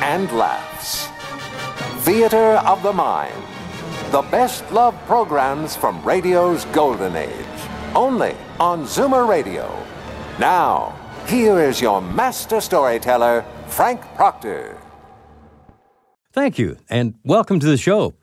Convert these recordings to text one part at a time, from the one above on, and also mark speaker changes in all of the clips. Speaker 1: and laughs. Theater of the Mind. The best love programs from radio's golden age. Only on Zoomer Radio. Now, here is your master storyteller, Frank Proctor.
Speaker 2: Thank you, and welcome to the show.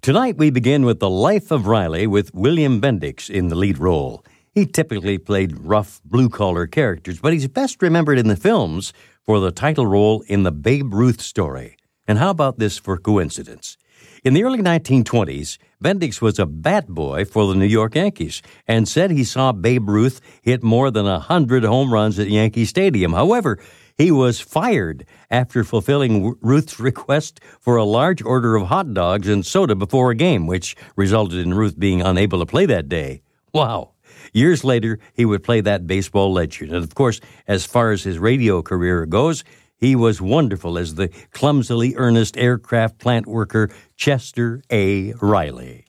Speaker 2: Tonight we begin with The Life of Riley with William Bendix in the lead role. He typically played rough blue collar characters, but he's best remembered in the films for the title role in the Babe Ruth story. And how about this for coincidence? In the early 1920s, Bendix was a bat boy for the New York Yankees and said he saw Babe Ruth hit more than 100 home runs at Yankee Stadium. However, he was fired after fulfilling W- Ruth's request for a large order of hot dogs and soda before a game, which resulted in Ruth being unable to play that day. Wow. Years later, he would play that baseball legend. And of course, as far as his radio career goes, he was wonderful as the clumsily earnest aircraft plant worker Chester A. Riley.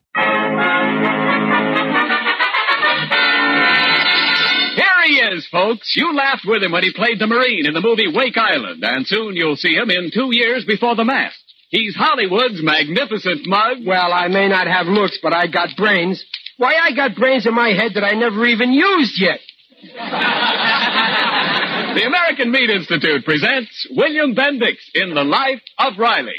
Speaker 3: Here he is, folks. You laughed with him when he played the Marine in the movie Wake Island, and soon you'll see him in two years before the mast. He's Hollywood's magnificent mug.
Speaker 4: Well, I may not have looks, but I got brains. Why, I got brains in my head that I never even used yet.
Speaker 3: The American Meat Institute presents William Bendix in The Life of Riley.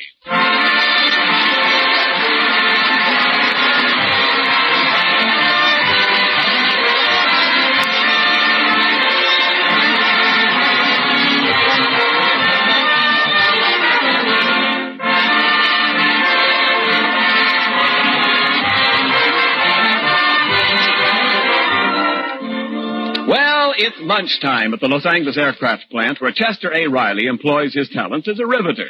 Speaker 3: Well, it's lunchtime at the Los Angeles aircraft plant where Chester A. Riley employs his talents as a riveter.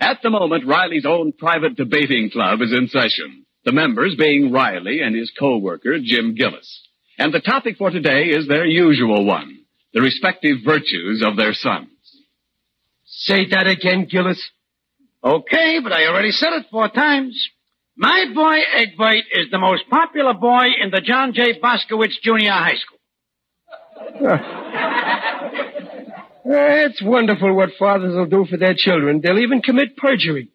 Speaker 3: At the moment, Riley's own private debating club is in session, the members being Riley and his co-worker, Jim Gillis. And the topic for today is their usual one, the respective virtues of their sons.
Speaker 4: Say that again, Gillis.
Speaker 5: Okay, but I already said it four times. My boy Egbert is the most popular boy in the John J. Boskowitz Junior High School.
Speaker 4: Eh, Uh, It's wonderful what fathers will do for their children. They'll even commit perjury.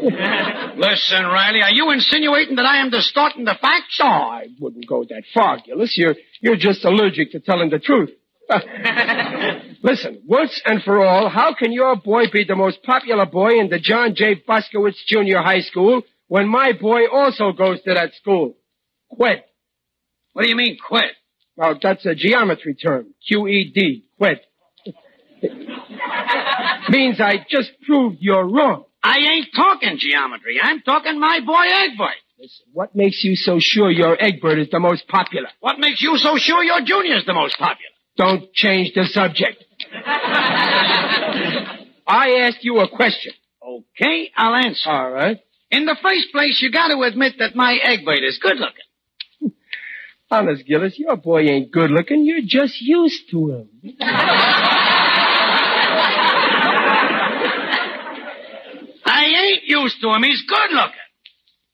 Speaker 5: Listen, Riley, are you insinuating that I am distorting the facts?
Speaker 4: Oh, I wouldn't go that far, Gillis. You're, you're just allergic to telling the truth. Listen, once and for all, how can your boy be the most popular boy in the John J. Boskowitz Junior High School when my boy also goes to that school? Quit.
Speaker 5: What do you mean, quit?
Speaker 4: Well, that's a geometry term. QED. Quit. Means I just proved you're wrong.
Speaker 5: I ain't talking geometry. I'm talking my boy Egbert.
Speaker 4: Listen, what makes you so sure your Egbert is the most popular?
Speaker 5: What makes you so sure your junior's the most popular?
Speaker 4: Don't change the subject. I asked you a question.
Speaker 5: Okay, I'll answer.
Speaker 4: All right.
Speaker 5: In the first place, you gotta admit that my Egbert is good looking.
Speaker 4: Honest, Gillis, your boy ain't good looking. You're just used to him.
Speaker 5: I ain't used to him. He's good looking.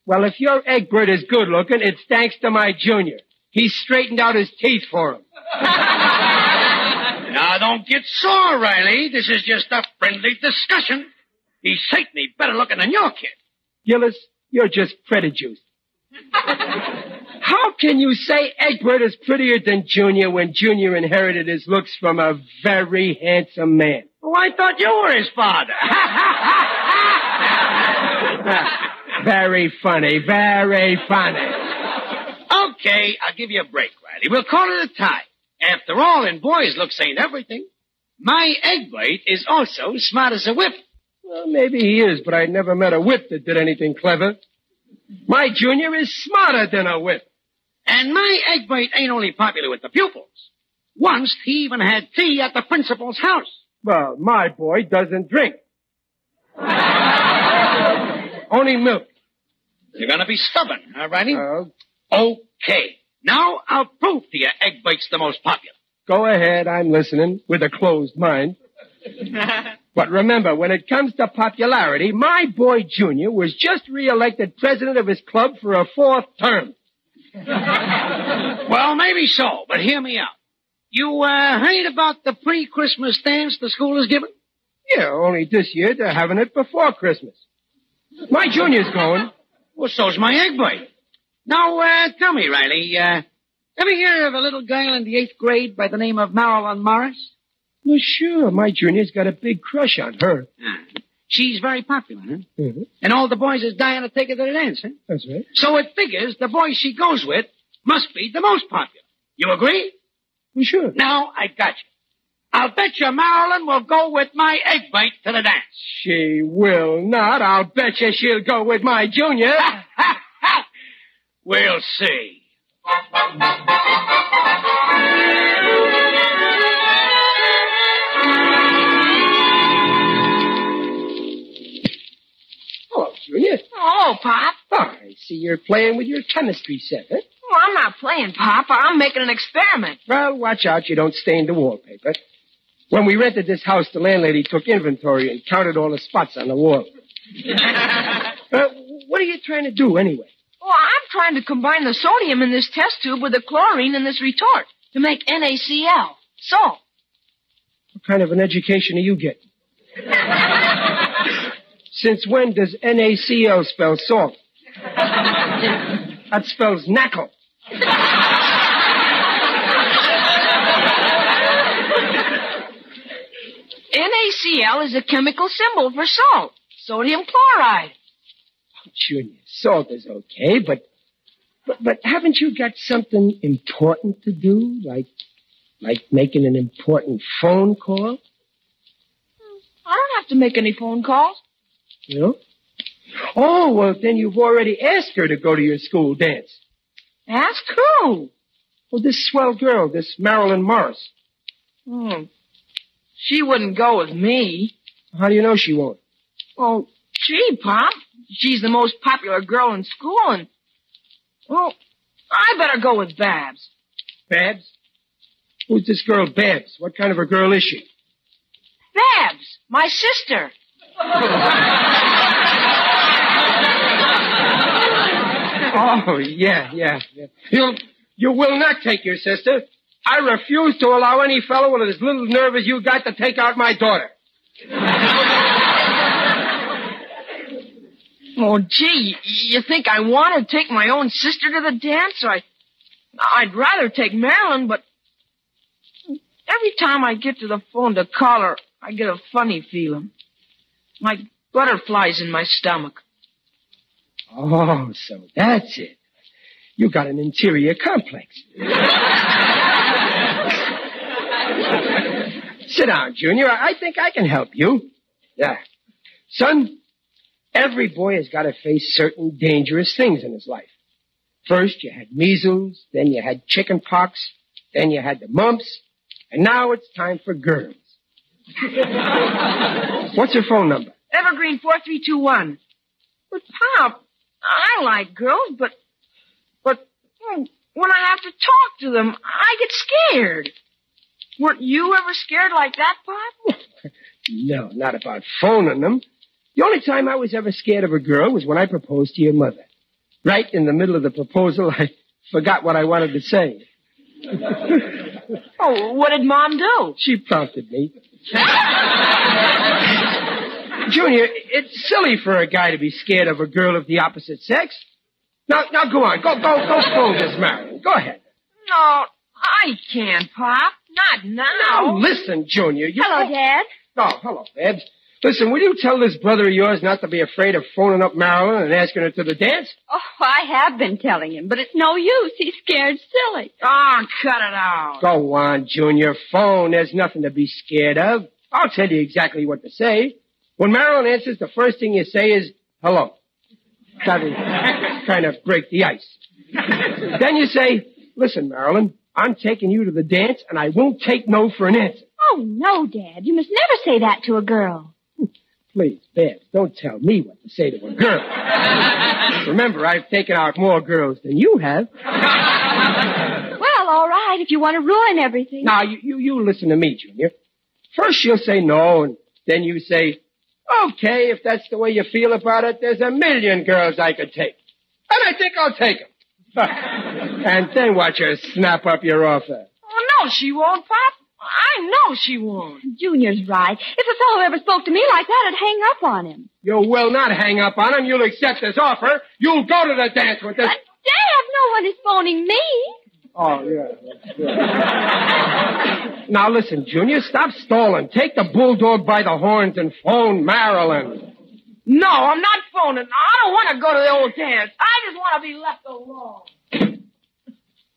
Speaker 4: Well, if your Egbert is good looking, it's thanks to my junior. He straightened out his teeth for him.
Speaker 5: Now, don't get sore, Riley. This is just a friendly discussion. He's certainly better looking than your kid.
Speaker 4: Gillis, you're just prejudiced. How can you say Egbert is prettier than Junior when Junior inherited his looks from a very handsome man?
Speaker 5: Oh, I thought you were his father.
Speaker 4: Very funny, very funny.
Speaker 5: okay, I'll give you a break, Riley. We'll call it a tie. After all, in boys, looks ain't everything. My Egbert is also smart as a whip.
Speaker 4: Well, maybe he is, but I never met a whip that did anything clever. My Junior is smarter than a whip.
Speaker 5: And my Egbert ain't only popular with the pupils. Once he even had tea at the principal's house.
Speaker 4: Well, my boy doesn't drink. Only milk.
Speaker 5: You're going to be stubborn, all righty?
Speaker 4: Oh,
Speaker 5: okay. Now I'll prove to you Eggbait's the most popular.
Speaker 4: go ahead, I'm listening with a closed mind. but remember, when it comes to popularity, my boy Junior was just re-elected president of his club for a fourth term.
Speaker 5: Well, maybe so, but hear me out. You uh, heard about the pre-Christmas dance the school is giving?
Speaker 4: Yeah, only this year they're having it before Christmas. My Junior's going.
Speaker 5: Well, so's my Eggbite. Now, uh, tell me, Riley, uh, ever hear of a little girl in the eighth grade by the name of Marilyn Morris?
Speaker 4: Well, sure, my Junior's got a big crush on her.
Speaker 5: Ah. She's very popular, huh?
Speaker 4: Mhm,
Speaker 5: And all the boys is dying to take her to the dance, huh?
Speaker 4: That's right.
Speaker 5: So it figures the boy she goes with must be the most popular. You agree?
Speaker 4: Well, sure.
Speaker 5: Now, I got you. I'll bet you Marilyn will go with my Eggbite to the dance.
Speaker 4: She will not. I'll bet you she'll go with my Junior.
Speaker 5: Ha, ha. We'll see.
Speaker 4: Hello, Junior.
Speaker 6: Oh, Pop.
Speaker 4: Oh, I see you're playing with your chemistry set, eh? huh?
Speaker 6: Oh, I'm not playing, Pop. I'm making an experiment.
Speaker 4: Well, watch out you don't stain the wallpaper. When we rented this house, the landlady took inventory and counted all the spots on the wall. uh, what are you trying to do anyway?
Speaker 6: Oh, I'm trying to combine the sodium in this test tube with the chlorine in this retort to make NaCl. So,
Speaker 4: What kind of an education are you getting? Since when does NaCl spell salt? that spells knackle.
Speaker 6: NaCl is a chemical symbol for salt, sodium chloride.
Speaker 4: Junior, salt is okay, but, but but haven't you got something important to do, like like making an important phone call?
Speaker 6: I don't have to make any phone calls.
Speaker 4: You know? Oh well, then you've already asked her to go to your school dance.
Speaker 6: Ask who?
Speaker 4: Well, this swell girl, this Marilyn Morris.
Speaker 6: Hmm. She wouldn't go with me.
Speaker 4: How do you know she won't?
Speaker 6: Oh, gee, Pop. She's the most popular girl in school and... Well, I better go with Babs.
Speaker 4: Babs. Who's this girl, Babs? What kind of a girl is she?
Speaker 6: Babs, my sister.
Speaker 4: Oh yeah, yeah, yeah. You you will not take your sister. I refuse to allow any fellow with as little nerve as you got to take out my daughter.
Speaker 6: Oh, gee, you think I want to take my own sister to the dance? I, I'd rather take Marilyn, but every time I get to the phone to call her, I get a funny feeling. Like butterflies in my stomach.
Speaker 4: Oh, so that's it. You got an interior complex. Sit down, Junior. I I think I can help you. Yeah. Son, every boy has got to face certain dangerous things in his life. First, you had measles, then you had chicken pox, then you had the mumps, and now it's time for girls. What's your phone number?
Speaker 6: Evergreen 4321. But, Pop, I like girls, but, but hmm, when I have to talk to them, I get scared. Weren't you ever scared like that, Pop?
Speaker 4: No, not about phoning them. The only time I was ever scared of a girl was when I proposed to your mother. Right in the middle of the proposal, I forgot what I wanted to say.
Speaker 6: Oh, what did Mom do?
Speaker 4: She prompted me. Junior, it's silly for a guy to be scared of a girl of the opposite sex. Now, now go on. Go, go, go phone this Marilyn. Go ahead.
Speaker 6: No, I can't, Pop. Not
Speaker 4: Now,
Speaker 6: now.
Speaker 4: listen, Junior. You
Speaker 6: Hello, Dad.
Speaker 4: Oh, hello, Babs. Listen, will you tell this brother of yours not to be afraid of phoning up Marilyn and asking her to the dance?
Speaker 7: Oh, I have been telling him, but it's no use. He's scared silly.
Speaker 6: Oh, cut it out.
Speaker 4: Go on, Junior. Phone. There's nothing to be scared of. I'll tell you exactly what to say. When Marilyn answers, the first thing you say is, hello. Kind of, kind of break the ice. then you say, listen, Marilyn, I'm taking you to the dance and I won't take no for an answer.
Speaker 8: Oh, no, Dad. You must never say that to a girl.
Speaker 4: Please, Babs, don't tell me what to say to a girl. Remember, I've taken out more girls than you have.
Speaker 8: Well, all right, if you want to ruin everything.
Speaker 4: Now, you, you, you listen to me, Junior. First she'll say no, and then you say, okay, if that's the way you feel about it, there's a million girls I could take. And I think I'll take 'em. and then watch her snap up your offer.
Speaker 6: Oh, no, she won't, Pop. I know she won't.
Speaker 8: Junior's right. If a fellow ever spoke to me like that, I'd hang up on him.
Speaker 4: You will not hang up on him. You'll accept this offer. You'll go to the dance with this.
Speaker 8: Dad, no one is phoning me.
Speaker 4: Oh, yeah. yeah. now listen, Junior, stop stalling. Take the bulldog by the horns and phone Marilyn.
Speaker 6: No, I'm not phoning. I don't want to go to the old dance. I just want to be left alone.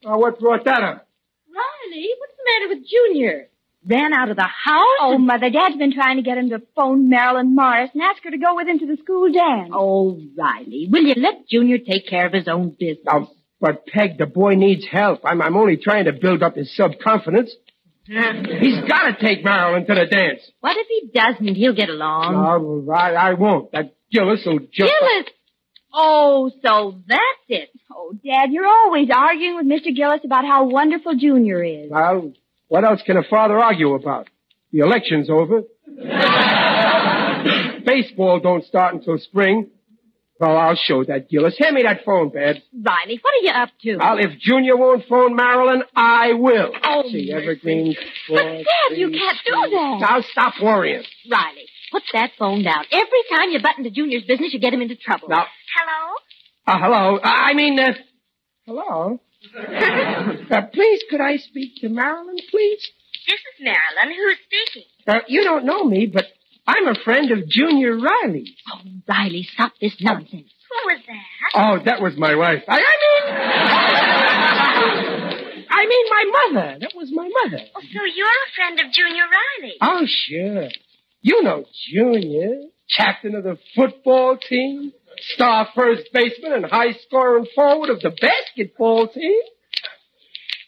Speaker 4: Now, what brought that up?
Speaker 8: Riley, what's the matter with Junior? Ran out of the house? Oh, Mother, Dad's been trying to get him to phone Marilyn Morris and ask her to go with him to the school dance.
Speaker 9: Oh, Riley, will you let Junior take care of his own business?
Speaker 4: Now, but Peg, the boy needs help. I'm, I'm only trying to build up his self-confidence. He's got to take Marilyn to the dance.
Speaker 9: What if he doesn't? He'll get along.
Speaker 4: No, I, I won't. That Gillis will just...
Speaker 9: Um, Gillis! Oh, so that's it.
Speaker 8: Oh, Dad, you're always arguing with Mr. Gillis about how wonderful Junior is.
Speaker 4: Well, what else can a father argue about? The election's over. Baseball don't start until spring. Well, I'll show that Gillis. Hand me that phone, Babs.
Speaker 9: Riley, what are you up to?
Speaker 4: Well, if Junior won't phone Marilyn, I will.
Speaker 9: Oh,
Speaker 4: See,
Speaker 9: mercy.
Speaker 4: Evergreen.
Speaker 8: But, Dad, you can't do that.
Speaker 4: Now stop worrying.
Speaker 9: Riley, put that phone down. Every time you button to Junior's business, you get him into trouble.
Speaker 4: Now,
Speaker 8: Hello?
Speaker 4: uh, hello. Uh, I mean, uh, hello. uh, please, could I speak to Marilyn, please?
Speaker 8: This is Marilyn. Who's speaking?
Speaker 4: Uh, you don't know me, but I'm a friend of Junior Riley.
Speaker 9: Oh, Riley, stop this nonsense.
Speaker 8: Who was that?
Speaker 4: Oh, that was my wife. I, I mean, I mean my mother. That was my mother.
Speaker 8: Oh, so you're a friend of Junior Riley.
Speaker 4: Oh, sure. You know Junior, captain of the football team, star first baseman, and high scoring forward of the basketball team.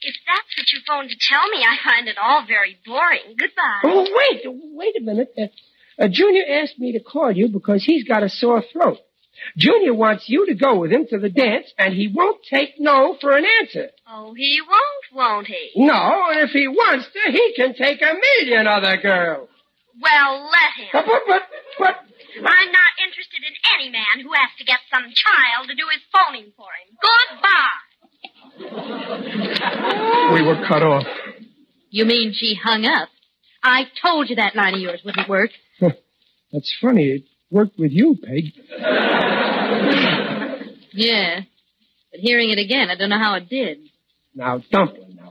Speaker 8: If that's what you phoned to tell me, I find it all very boring. Goodbye.
Speaker 4: Oh, wait, wait a minute. Uh, uh, Junior asked me to call you because he's got a sore throat. Junior wants you to go with him to the dance, and he won't take no for an answer.
Speaker 8: Oh, he won't, won't he?
Speaker 4: No, and if he wants to, he can take a million other girls.
Speaker 8: Well, let
Speaker 4: But,
Speaker 8: him.
Speaker 4: but, but, but,
Speaker 8: I'm not interested in any man who has to get some child to do his phoning for him. Goodbye.
Speaker 4: we were cut off.
Speaker 9: You mean she hung up? I told you that line of yours wouldn't work.
Speaker 4: That's funny. It worked with you, Peg.
Speaker 9: Yeah. But hearing it again, I don't know how it did.
Speaker 4: Now, Dumpling, now.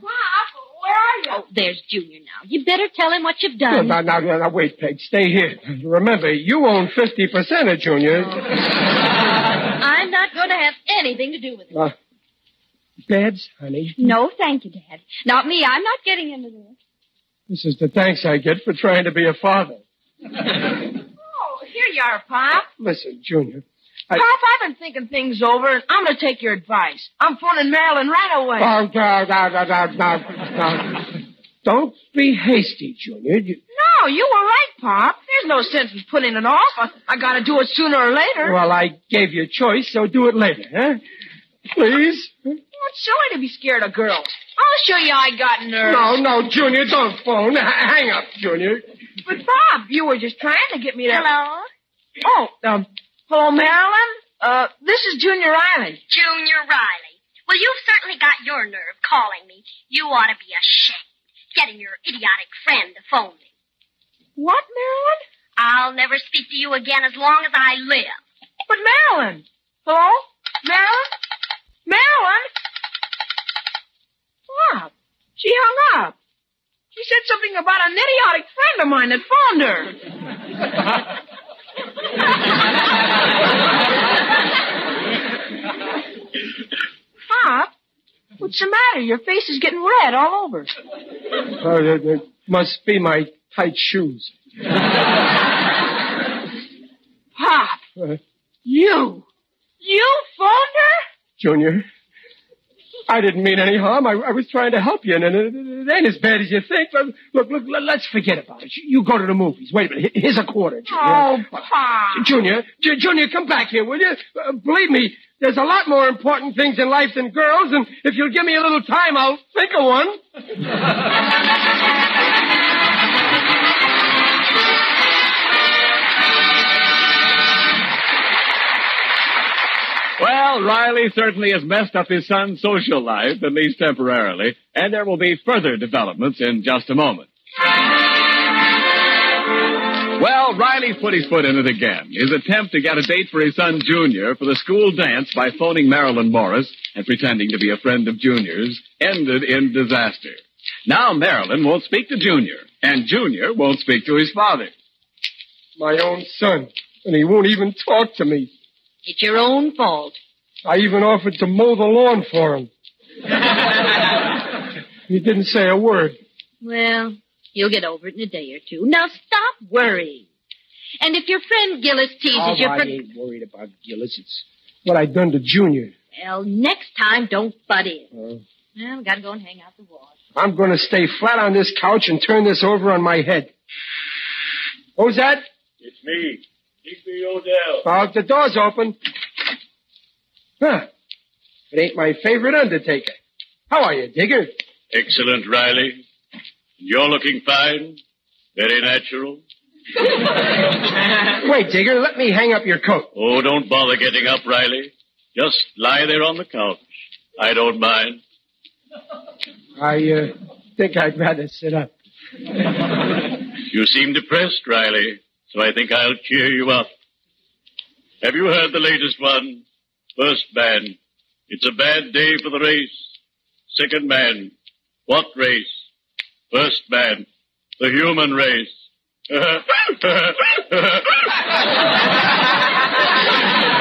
Speaker 9: Oh, there's Junior now. You better tell him what you've
Speaker 4: No,
Speaker 9: done.
Speaker 4: Now, now, now, now, wait, Peg. Stay here. Remember, you own 50% of Junior.
Speaker 9: I'm not going to have anything to do with it.
Speaker 4: Uh, Babs, honey,
Speaker 8: No, thank you, Dad.
Speaker 9: Not me.
Speaker 8: I'm not getting into this.
Speaker 4: this is the thanks I get for trying to be a father.
Speaker 6: Oh, here you are, Pop.
Speaker 4: Listen, Junior. I...
Speaker 6: Pop, I've been thinking things over, and I'm going to take your advice. I'm phoning Marilyn right away.
Speaker 4: Oh, now, now, now, now, now, now. Don't be hasty, Junior. You...
Speaker 6: no, you were right, Pop. There's no sense in putting it off. I, I got to do it sooner or later.
Speaker 4: Well, I gave you a choice, so do it later, huh? Please?
Speaker 6: Oh, it's silly to be scared of girls. I'll show you I got nerves.
Speaker 4: No, no, Junior, don't phone. H- hang up, Junior.
Speaker 6: But, Bob, you were just trying to get me to...
Speaker 8: Hello?
Speaker 6: Oh, um, hello, Marilyn? Uh, this is Junior Island.
Speaker 8: Junior Riley. Well, you've certainly got your nerve calling me. You ought to be ashamed. Getting your idiotic friend to phone me.
Speaker 6: What, Marilyn?
Speaker 8: I'll never speak to you again as long as I live.
Speaker 6: But Marilyn. Hello?
Speaker 7: Oh,
Speaker 6: Marilyn? Marilyn? Wow. She hung up. She said something about an idiotic friend of mine that phoned her. Pop, what's the matter? Your face is getting red all over.
Speaker 4: Oh, it, it must be my tight shoes.
Speaker 6: Pop,
Speaker 4: Uh,
Speaker 6: you. You phoned her?
Speaker 4: Junior, I didn't mean any harm. I, I was trying to help you, and it, it, it ain't as bad as you think. Look, look, look, let- let's forget about it. You you go to the movies. Wait a minute. Here- Here's a quarter, Junior.
Speaker 6: Oh, Pa.
Speaker 4: Junior, Ju- Junior, come back here, will you? Uh, believe me, there's a lot more important things in life than girls, and if you'll give me a little time, I'll think of one.
Speaker 3: Well, Riley certainly has messed up his son's social life, at least temporarily, and there will be further developments in just a moment. Well, Riley put his foot in it again. His attempt to get a date for his son Junior for the school dance by phoning Marilyn Morris and pretending to be a friend of Junior's ended in disaster. Now Marilyn won't speak to Junior, and Junior won't speak to his father.
Speaker 4: My own son, and he won't even talk to me.
Speaker 9: It's your own fault.
Speaker 4: I even offered to mow the lawn for him. He didn't say a word.
Speaker 9: Well, you'll get over it in a day or two. Now stop worrying. And if your friend Gillis teases
Speaker 4: Oh,
Speaker 9: you
Speaker 4: I
Speaker 9: for...
Speaker 4: ain't worried about Gillis. It's what I done to Junior.
Speaker 9: Well, next time, don't butt in.
Speaker 4: Uh,
Speaker 9: Well, gotta go and hang out the wall.
Speaker 4: I'm going to stay flat on this couch and turn this over on my head. Who's that?
Speaker 10: It's me, Higby Odell.
Speaker 4: Oh, the door's open. Huh. It ain't my favorite undertaker. How are you, Digger?
Speaker 10: Excellent, Riley. You're looking fine. Very natural.
Speaker 4: Wait, Digger, let me hang up your coat.
Speaker 10: Oh, don't bother getting up, Riley. Just lie there on the couch. I don't mind.
Speaker 4: I uh, think I'd rather sit up.
Speaker 10: You seem depressed, Riley, so I think I'll cheer you up. Have you heard the latest one? First man, it's a bad day for the race. Second man, what race? First man, the human race.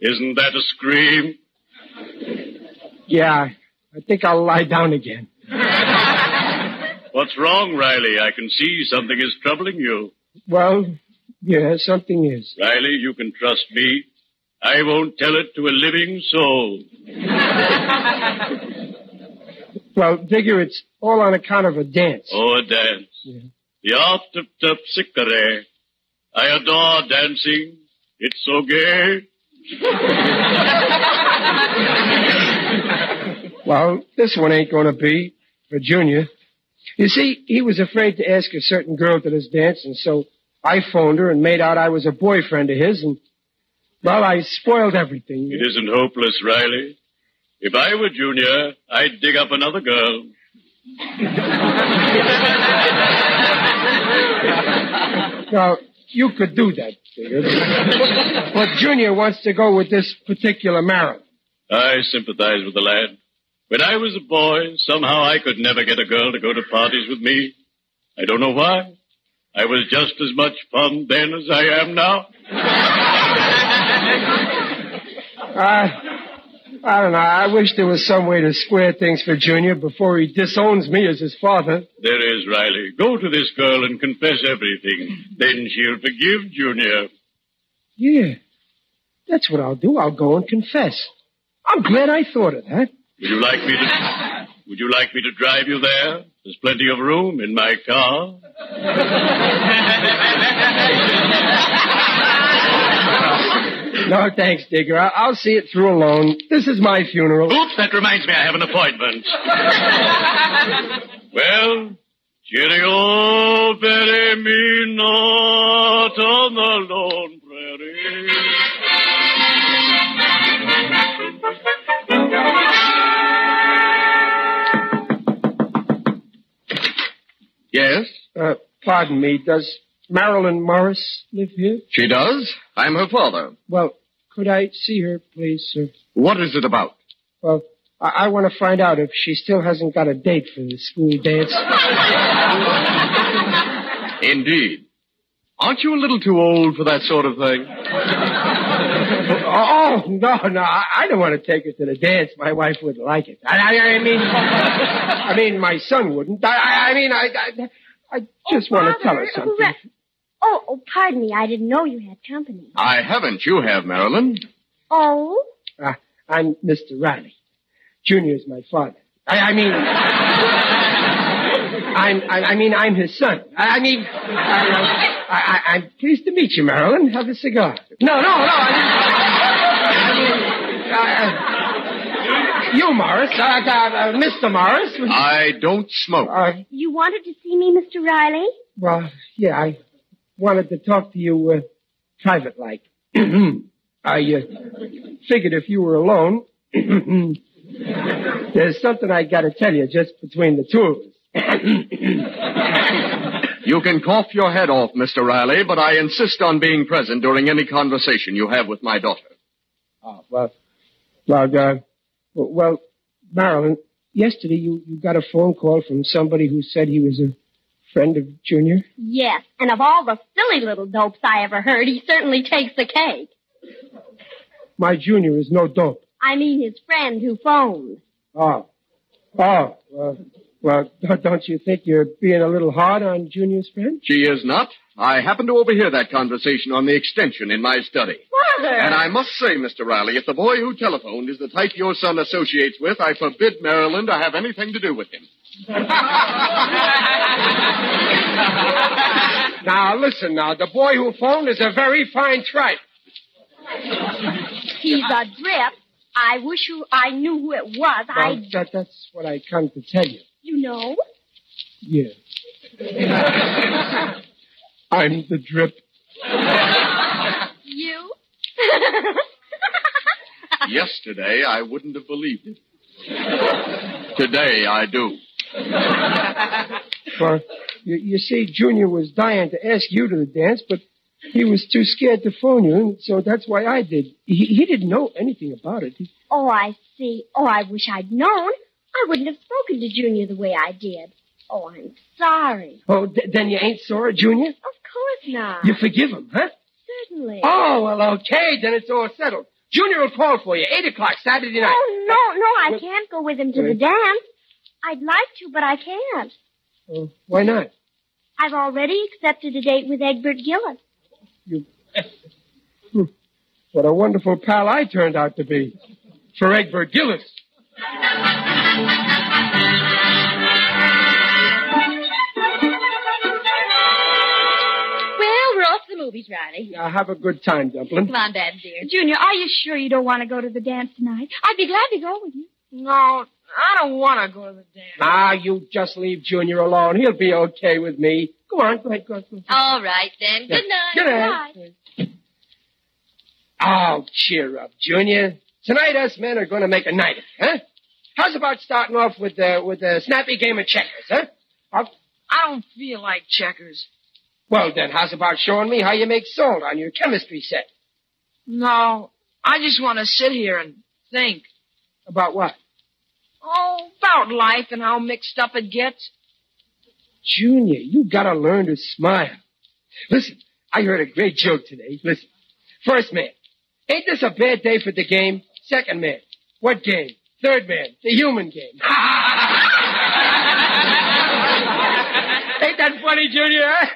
Speaker 10: Isn't that a scream?
Speaker 4: Yeah, I think I'll lie down again.
Speaker 10: What's wrong, Riley? I can see something is troubling you.
Speaker 4: Well, yeah, something is.
Speaker 10: Riley, you can trust me. I won't tell it to a living soul.
Speaker 4: Well, Digger, it's all on account of a dance.
Speaker 10: Oh, a dance. The art of tapsikare. I adore dancing. It's so gay.
Speaker 4: Well, this one ain't going to be for Junior. You see, he was afraid to ask a certain girl to this dance, and so I phoned her and made out I was a boyfriend of his, and, well, I spoiled everything.
Speaker 10: It isn't hopeless, Riley. If I were junior, I'd dig up another girl.
Speaker 4: Now, you could do that, Digger. but Junior wants to go with this particular Marilyn.
Speaker 10: I sympathize with the lad. When I was a boy, somehow I could never get a girl to go to parties with me. I don't know why. I was just as much fun then as I am now.
Speaker 4: I, I don't know. I wish there was some way to square things for Junior before he disowns me as his father.
Speaker 10: There is, Riley. Go to this girl and confess everything. Then she'll forgive Junior.
Speaker 4: Yeah. That's what I'll do. I'll go and confess. I'm glad I thought of that.
Speaker 10: Would you like me to Would you like me to drive you there? There's plenty of room in my car.
Speaker 4: No, thanks, Digger. I- I'll see it through alone. This is my funeral.
Speaker 10: Oops, that reminds me I have an appointment. Well, cheerio, bury me not on the lone prairie.
Speaker 11: Yes?
Speaker 4: Uh, pardon me. Does Marilyn Morris live here?
Speaker 11: She does. I'm her father.
Speaker 4: Well, could I see her, please, sir?
Speaker 11: What is it about?
Speaker 4: Well, I, I want to find out if she still hasn't got a date for the school dance.
Speaker 11: Indeed. Aren't you a little too old for that sort of thing?
Speaker 4: Oh, no, no. I, I don't want to take her to the dance. My wife wouldn't like it. I, I, I mean, I mean, my son wouldn't. I, I, I mean, I, I, I just want to tell her something.
Speaker 8: Oh, oh, pardon me. I didn't know you had company.
Speaker 11: I haven't. You have, Marilyn.
Speaker 8: Oh?
Speaker 4: Uh, I'm Mr. Riley. Junior is my father. I, I mean, I'm, I, I mean, I'm his son. I, I mean, I, I, I, I'm pleased to meet you, Marilyn. Have a cigar. No, no, no. I, I mean, uh, you, Morris. Uh, uh, Mr. Morris.
Speaker 11: I don't smoke.
Speaker 4: Uh,
Speaker 8: You wanted to see me, Mr. Riley?
Speaker 4: well, yeah, I wanted to talk to you uh, private like. I uh, figured if you were alone, there's something I got to tell you just between the two of us.
Speaker 11: You can cough your head off, Mr. Riley, but I insist on being present during any conversation you have with my daughter.
Speaker 4: Oh, well, well, uh, well, Marilyn, yesterday you, you got a phone call from somebody who said he was a friend of Junior.
Speaker 7: Yes, and of all the silly little dopes I ever heard, he certainly takes the cake.
Speaker 4: My Junior is no dope.
Speaker 7: I mean his friend who phoned.
Speaker 4: Oh, oh, well, well, don't you think you're being a little hard on Junior's friend?
Speaker 11: She is not. I happened to overhear that conversation on the extension in my study.
Speaker 4: uh,
Speaker 7: Father!
Speaker 11: And I must say, Mr. Riley, if the boy who telephoned is the type your son associates with, I forbid Maryland to have anything to do with him.
Speaker 4: Now, listen now, the boy who phoned is a very fine tripe.
Speaker 7: He's a drip. I wish you, I knew who it was.
Speaker 4: Well,
Speaker 7: I,
Speaker 4: that, that's what I come to tell you.
Speaker 7: you know.
Speaker 4: Yeah. I'm the drip.
Speaker 7: You?
Speaker 11: Yesterday, I wouldn't have believed it. Today, I do.
Speaker 4: Well, you, you see, Junior was dying to ask you to the dance, but he was too scared to phone you, and so that's why I did. He, he didn't know anything about it. He-
Speaker 7: Oh, I see. Oh, I wish I'd known. I wouldn't have spoken to Junior the way I Uh-uh. did. Oh, I'm sorry.
Speaker 4: oh, th- then you ain't sorry, Junior?
Speaker 7: Of course not.
Speaker 4: You forgive him, huh?
Speaker 7: Certainly.
Speaker 4: Oh, well, okay, then it's all settled. Junior will call for you, 8 o'clock Saturday night.
Speaker 7: Oh, no, no, I can't go with him to the dance. I'd like to, but I can't.
Speaker 4: Oh, why not?
Speaker 7: I've already accepted a date with Egbert Gillis.
Speaker 4: What a wonderful pal I turned out to be for Egbert Gillis.
Speaker 9: Well, we're off to the movies, Riley.
Speaker 4: Now, have a good time, Dumpling.
Speaker 9: Come on, Dad, dear.
Speaker 8: Junior, are you sure you don't want to go to the dance tonight? I'd be glad to go with you.
Speaker 6: No, I don't want to go to the dance.
Speaker 4: Ah, you just leave Junior alone. He'll be okay with me. Go on, go ahead, go ahead. Go ahead.
Speaker 9: All right, then.
Speaker 4: Yeah.
Speaker 9: Good night.
Speaker 4: Good night. Oh, cheer up, Junior. Tonight us men are going to make a night of it, huh? How's about starting off with uh, with a snappy game of checkers, huh? Uh,
Speaker 6: I don't feel like checkers.
Speaker 4: well then, how's about showing me how you make salt on your chemistry set?
Speaker 6: No, I just want to sit here and think.
Speaker 4: About what?
Speaker 6: Oh, about life and how mixed up it gets.
Speaker 4: Junior, you gotta learn to smile. Listen, I heard a great joke today. Listen. First man, ain't this a bad day for the game? Second man, what game? Third man, the human game. ain't that funny, Junior? huh?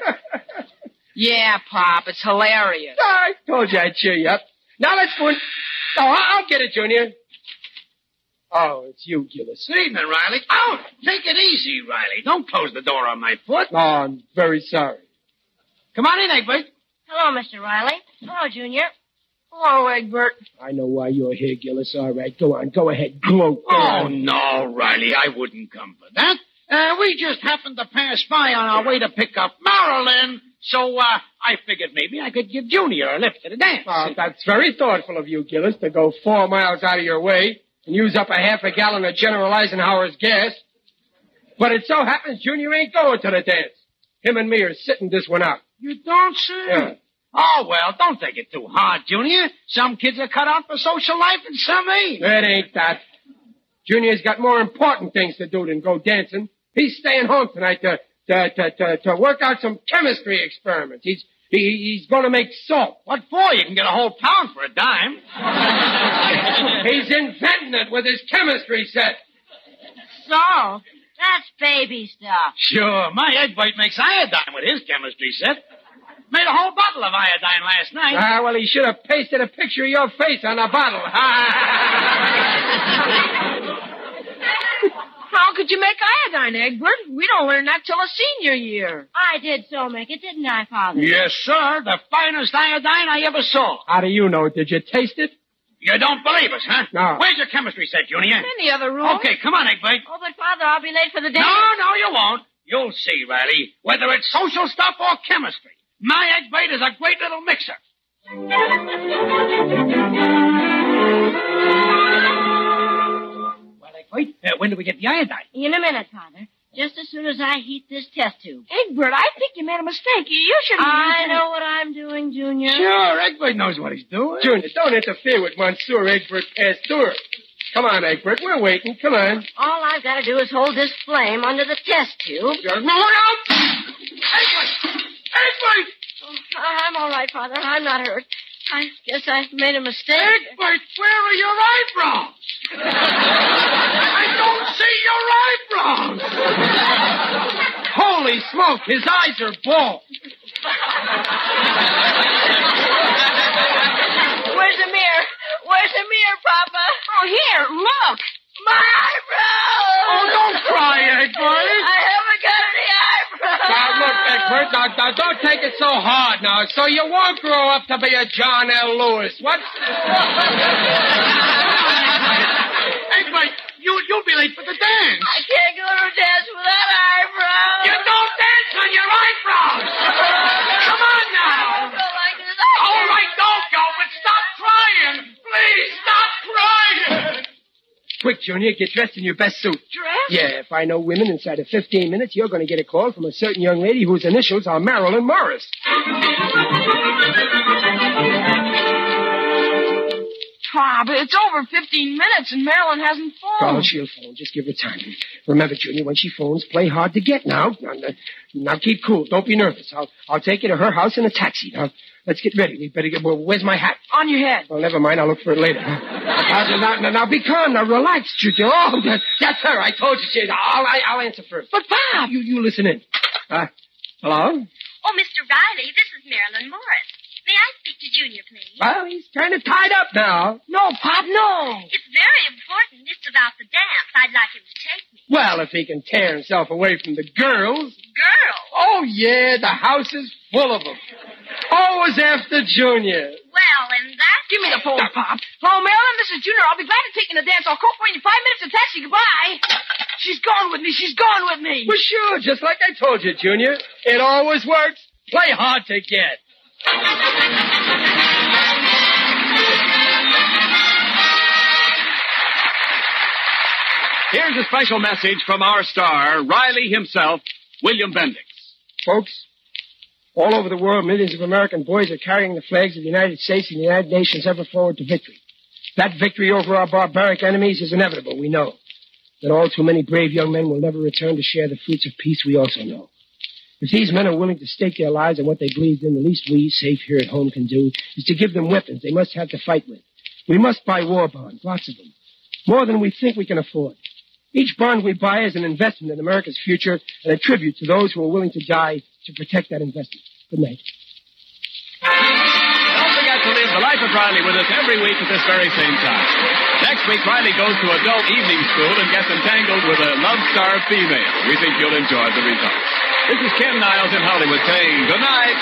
Speaker 6: Yeah, Pop, it's hilarious.
Speaker 4: I told you I'd cheer you up. Now let's go in. No, I- I'll get it, Junior. Oh, it's you, Gillis.
Speaker 5: Good evening, Riley. Out! Take it easy, Riley. Don't close the door on my foot.
Speaker 4: Oh, I'm very sorry.
Speaker 5: Come on in, Egbert.
Speaker 6: Hello, Mr. Riley. Hello, Junior. Hello, Oh, Egbert.
Speaker 4: I know why you're here, Gillis. All right, go on, go ahead, gloat. Go
Speaker 5: Oh,
Speaker 4: on.
Speaker 5: no, Riley. I wouldn't come for that. Uh, we just happened to pass by on our way to pick up Marilyn, so uh, I figured maybe I could give Junior a lift to the dance.
Speaker 4: Oh, that's very thoughtful of you, Gillis, to go four miles out of your way and use up a half a gallon of General Eisenhower's gas. But it so happens Junior ain't going to the dance. Him and me are sitting this one out.
Speaker 5: You don't say?
Speaker 4: Yeah.
Speaker 5: Oh, well, don't take it too hard, Junior. Some kids are cut out for social life and some ain't.
Speaker 4: It ain't that. Junior's got more important things to do than go dancing. He's staying home tonight to to to to, to work out some chemistry experiments. He's he, he's going to make salt.
Speaker 5: What for? You can get a whole pound for a dime.
Speaker 4: He's inventing it with his chemistry set.
Speaker 6: So, that's baby stuff.
Speaker 5: Sure, my Egbert makes iodine with his chemistry set. Made a whole bottle of iodine last night.
Speaker 4: Ah, well, he should have pasted a picture of your face on the bottle.
Speaker 5: Ah,
Speaker 6: How could you make iodine, Egbert? We don't learn that till a senior year. I did so make it, didn't I, Father?
Speaker 5: Yes, sir. The finest iodine I ever saw.
Speaker 4: How do you know? Did you taste it?
Speaker 5: You don't believe us, huh?
Speaker 4: No.
Speaker 5: Where's your chemistry set, Junior?
Speaker 6: In the other room.
Speaker 5: Okay, come on, Egbert.
Speaker 6: Oh, but Father, I'll be late for the
Speaker 5: No,
Speaker 6: dance.
Speaker 5: no, you won't. You'll see, Riley. Whether it's social stuff or chemistry, my Egbert is a great little mixer. Wait, uh, when do we get the iodine?
Speaker 9: In a minute, Father. Just as soon as I heat this test tube.
Speaker 6: Egbert, I think you made a mistake. You- You shouldn't.
Speaker 9: I know what I'm doing, Junior.
Speaker 4: Sure,
Speaker 5: Egbert knows what he's doing.
Speaker 4: Junior, don't interfere with Monsieur Egbert Pasteur. Come on, Egbert, we're waiting. Come on.
Speaker 9: All I've got to do is hold this flame under the test tube.
Speaker 4: Sure.
Speaker 9: Now, look out!
Speaker 5: Egbert!
Speaker 6: I- I'm all right, Father. I'm not hurt. I guess I made a mistake.
Speaker 5: Egbert, where are your eyebrows? I don't see your eyebrows!
Speaker 4: Holy smoke, his eyes are bald.
Speaker 6: Where's the mirror? Where's the mirror, Papa? Oh, here, look. My eyebrows!
Speaker 5: Oh, don't
Speaker 4: cry, Egbert.
Speaker 6: I haven't got any eyebrows.
Speaker 4: Now, look, Egbert, now, now, don't take it so hard now. So you won't grow up to be a John L. Lewis. What?
Speaker 5: Egbert, you, you'll be late for the dance.
Speaker 6: I can't go to a dance without eyebrows.
Speaker 5: You don't dance on your eyebrows. Come on now. Oh, All right, don't go, but stop crying. Please, stop crying.
Speaker 4: Quick, Junior, get dressed in your best suit.
Speaker 6: Dress?
Speaker 4: Yeah, if I know women inside of 15 minutes, you're going to get a call from a certain young lady whose initials are Marilyn Morris.
Speaker 6: Pop, it's over 15 minutes and Marilyn hasn't phoned.
Speaker 4: Oh, she'll phone. Just give her time. Remember, Junior, when she phones, play hard to get now. Now, now- now keep cool. Don't be nervous. I'll, I'll take you to her house in a taxi. Now, let's get ready. We better get. Well, where's my hat?
Speaker 6: On your head.
Speaker 4: Well, never mind. I'll look for it later. Uh, now, now, now, now, be calm. Now, relax, Junior. Oh, that, that's her. I told you. She, I'll, I, I'll answer first. But, Bob! Ah, You, you listen in. Uh, hello?
Speaker 12: Oh, Mr. Riley, this is Marilyn Morris. May I speak to Junior, please?
Speaker 4: Well, he's kind of tied up now.
Speaker 6: No, Pop, no.
Speaker 12: It's very important. It's about the dance. I'd like him to take me.
Speaker 4: Well, if he can tear himself away from the girls.
Speaker 12: Girl?
Speaker 4: Oh, yeah, the house is full of them. Always after Junior.
Speaker 12: Well, in that
Speaker 6: Give me the phone, Pop. Hello, Marilyn, this is Junior. I'll be glad to take you to dance. I'll call for you in five minutes of taxi. Goodbye. She's gone with me. She's gone with me.
Speaker 4: Well, sure, just like I told you, Junior. It always works. Play hard to get.
Speaker 3: Here's a special message from our star, Riley himself, William Bendix.
Speaker 4: Folks, all over the world, millions of American boys are carrying the flags of the United States and the United Nations ever forward to victory. That victory over our barbaric enemies is inevitable, we know. That all too many brave young men will never return to share the fruits of peace, we also know. If these men are willing to stake their lives on what they believed in, the least we, safe here at home, can do is to give them weapons they must have to fight with. We must buy war bonds, lots of them. More than we think we can afford. Each bond we buy is an investment in America's future and a tribute to those who are willing to die to protect that investment. Good night.
Speaker 3: Don't forget to live the life of Riley with us every week at this very same time. Next week, Riley goes to adult evening school and gets entangled with a love star female. We think you'll enjoy the results. This is Ken Niles in Hollywood saying good night.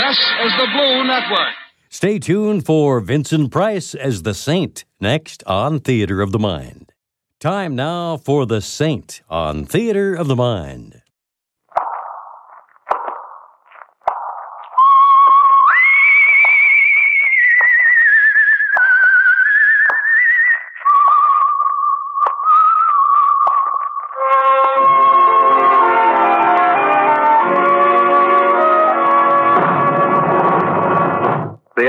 Speaker 3: This is the Blue Network.
Speaker 2: Stay tuned for Vincent Price as the Saint next on Theater of the Mind. Time now for the Saint on Theater of the Mind.
Speaker 13: The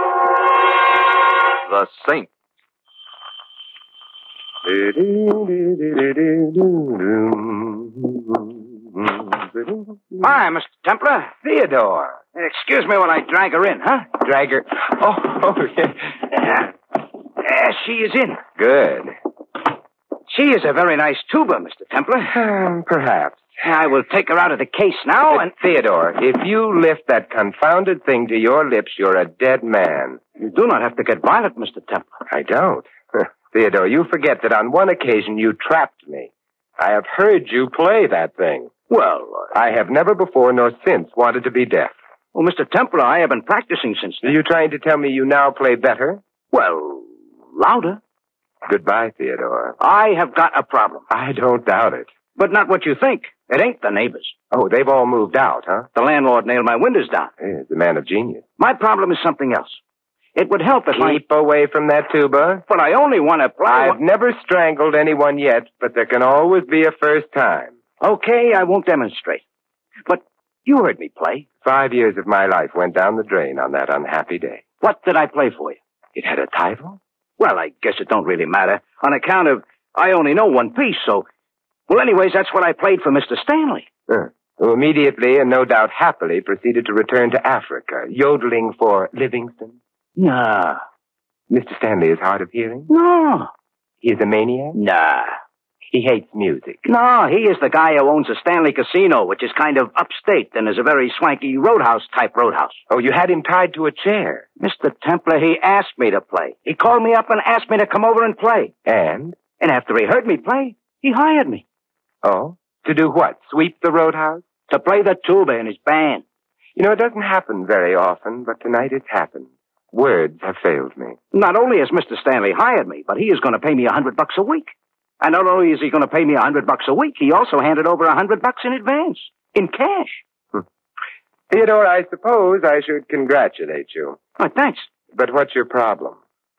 Speaker 14: the Saint.
Speaker 15: Hi, Mr. Templar. Theodore. Excuse me while I drag her in, huh? Drag her. Oh, oh yeah. There she is in. Good. She is a very nice tuba, Mr. Templar.
Speaker 16: Um,
Speaker 15: perhaps. I will take her out of the case now and.
Speaker 16: Theodore, if you lift that confounded thing to your lips, you're a dead man. You do not have to get violent, Mr. Templar. I don't. Theodore, you forget that on one occasion you trapped me. I have heard you play that thing. Well, I have never before nor since wanted to be deaf. Well, Mr. Templar, I have been practicing since. Are you trying to tell me you now play better? Well, louder. Goodbye, Theodore.
Speaker 15: I have got a problem.
Speaker 16: I don't doubt it.
Speaker 15: But not what you think. It ain't the neighbors.
Speaker 16: Oh, they've all moved out, huh?
Speaker 15: The landlord nailed my windows down.
Speaker 16: He's a man of genius.
Speaker 15: My problem is something else. It would help if I.
Speaker 16: Keep away from that tuba.
Speaker 15: But I only want to play.
Speaker 16: I've never strangled anyone yet, but there can always be a first time.
Speaker 15: Okay, I won't demonstrate. But you heard me play.
Speaker 16: Five years of my life went down the drain on that unhappy day.
Speaker 15: What did I play for you?
Speaker 16: It had a title?
Speaker 15: Well, I guess it don't really matter on account of I only know one piece. So, well, anyways, that's what I played for Mister Stanley.
Speaker 16: Huh. Who immediately and no doubt happily proceeded to return to Africa, yodeling for Livingston.
Speaker 15: Nah,
Speaker 16: Mr. Stanley is hard of hearing.
Speaker 15: no,
Speaker 16: He is a maniac.
Speaker 15: nah,
Speaker 16: He hates music.
Speaker 15: no. He is the guy who owns the Stanley Casino, which is kind of upstate and is a very swanky roadhouse type roadhouse.
Speaker 16: Oh, you had him tied to a chair.
Speaker 15: Mister Templar, he asked me to play. He called me up and asked me to come over and play.
Speaker 16: And?
Speaker 15: And after he heard me play, he hired me.
Speaker 16: Oh? To do what? Sweep the roadhouse?
Speaker 15: to play the tuba in his band.
Speaker 16: You know, it doesn't happen very often, but tonight it's happened. Words have failed me.
Speaker 15: Not only has Mr. Stanley hired me, but he is going to pay me a hundred bucks a week. And not only is he going to pay me a hundred bucks a week, he also handed over a hundred bucks in advance, in cash.
Speaker 16: Theodore, I suppose I should congratulate you.
Speaker 15: Why, thanks.
Speaker 16: But what's your problem?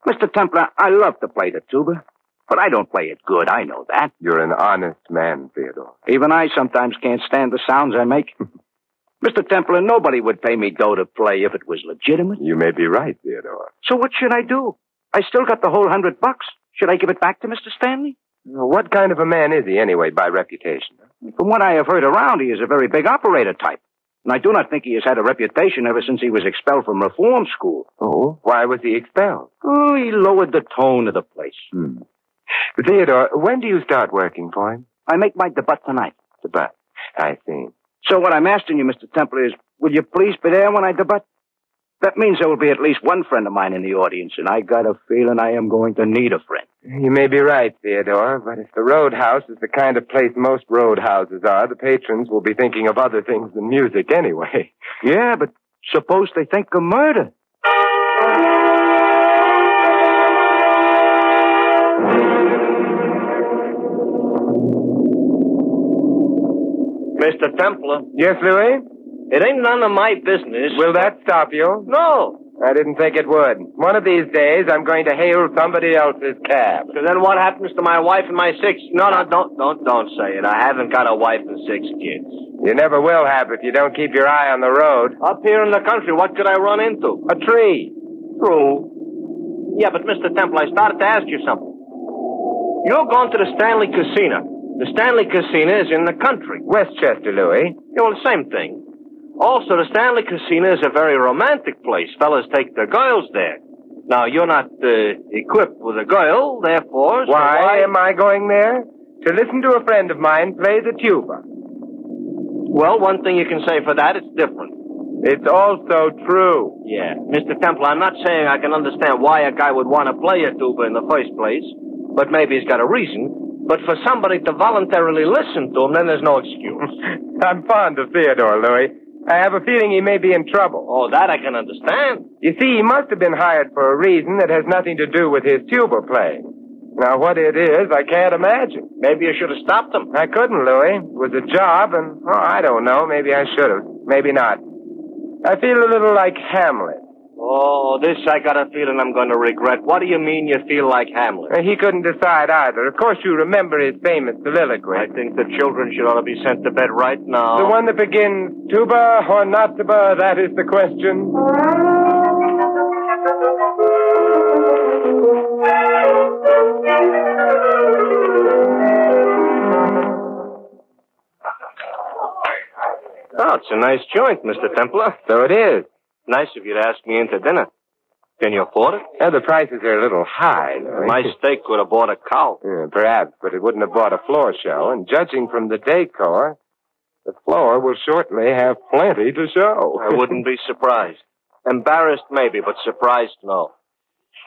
Speaker 15: Mr. Templar, I love to play the tuba, but I don't play it good. I know that.
Speaker 16: You're an honest man, Theodore.
Speaker 15: Even I sometimes can't stand the sounds I make. Mr. Templar, nobody would pay me dough to play if it was legitimate.
Speaker 16: You may be right, Theodore.
Speaker 15: So what should I do? I still got the whole hundred bucks. Should I give it back to Mr. Stanley?
Speaker 16: What kind of a man is he, anyway, by reputation?
Speaker 15: From what I have heard around, he is a very big operator type. And I do not think he has had a reputation ever since he was expelled from reform school.
Speaker 16: Oh? Why was he expelled?
Speaker 15: Oh, he lowered the tone of the place.
Speaker 16: Hmm. Theodore, when do you start working for him?
Speaker 15: I make my debut tonight.
Speaker 16: The bus. I see.
Speaker 15: So what I'm asking you, Mr. Templar, is will you please be there when I debut? That means there will be at least one friend of mine in the audience, and I got a feeling I am going to need a friend.
Speaker 16: You may be right, Theodore, but if the roadhouse is the kind of place most roadhouses are, the patrons will be thinking of other things than music anyway.
Speaker 15: Yeah, but suppose they think of murder.
Speaker 17: Mr. Templar,
Speaker 16: Yes, Louis?
Speaker 17: it ain't none of my business.
Speaker 16: Will that stop you?
Speaker 17: No.
Speaker 16: I didn't think it would. One of these days, I'm going to hail somebody else's cab.
Speaker 17: So then what happens to my wife and my six? No, no, don't, don't, don't say it. I haven't got a wife and six kids.
Speaker 16: You never will have if you don't keep your eye on the road.
Speaker 17: Up here in the country, what could I run into?
Speaker 16: A tree.
Speaker 17: True. Yeah, but Mr. Temple, I started to ask you something. You're going to the Stanley Casino. The Stanley Casino is in the country.
Speaker 16: Westchester, Louis.
Speaker 17: You know, the same thing. Also, the Stanley Casino is a very romantic place. Fellas take their girls there. Now, you're not uh, equipped with a girl, therefore. so
Speaker 16: why,
Speaker 17: why
Speaker 16: am I going there? To listen to a friend of mine play the tuba.
Speaker 17: Well, one thing you can say for that, it's different.
Speaker 16: It's also true.
Speaker 17: Yeah. Mr. Temple, I'm not saying I can understand why a guy would want to play a tuba in the first place, but maybe he's got a reason. But for somebody to voluntarily listen to him, then there's no excuse.
Speaker 16: I'm fond of Theodore, Louis. I have a feeling he may be in trouble.
Speaker 17: oh, that I can understand.
Speaker 16: You see, he must have been hired for a reason that has nothing to do with his tuba playing. Now, what it is, I can't imagine.
Speaker 17: Maybe you should have stopped him.
Speaker 16: I couldn't, Louis. It was a job, and, oh, I don't know. Maybe I should have. Maybe not. I feel a little like Hamlet.
Speaker 17: Oh, this I got a feeling I'm going to regret. What do you mean you feel like Hamlet?
Speaker 16: Uh, He couldn't decide either. Of course, you remember his famous soliloquy. I
Speaker 17: think the children should ought to be sent to bed right now.
Speaker 16: The one that begins, tuba or not tuba, that is the question.
Speaker 17: Oh, it's a nice joint, Mr. Templar. So it is. Nice of you to ask me in to dinner. Can you afford it?
Speaker 16: Yeah, the prices are a little high. though.
Speaker 17: My steak would have bought a cow.
Speaker 16: Yeah, perhaps, but it wouldn't have bought a floor show. And judging from the decor, the floor will shortly have plenty to show.
Speaker 17: I wouldn't be surprised. Embarrassed, maybe, but surprised, no.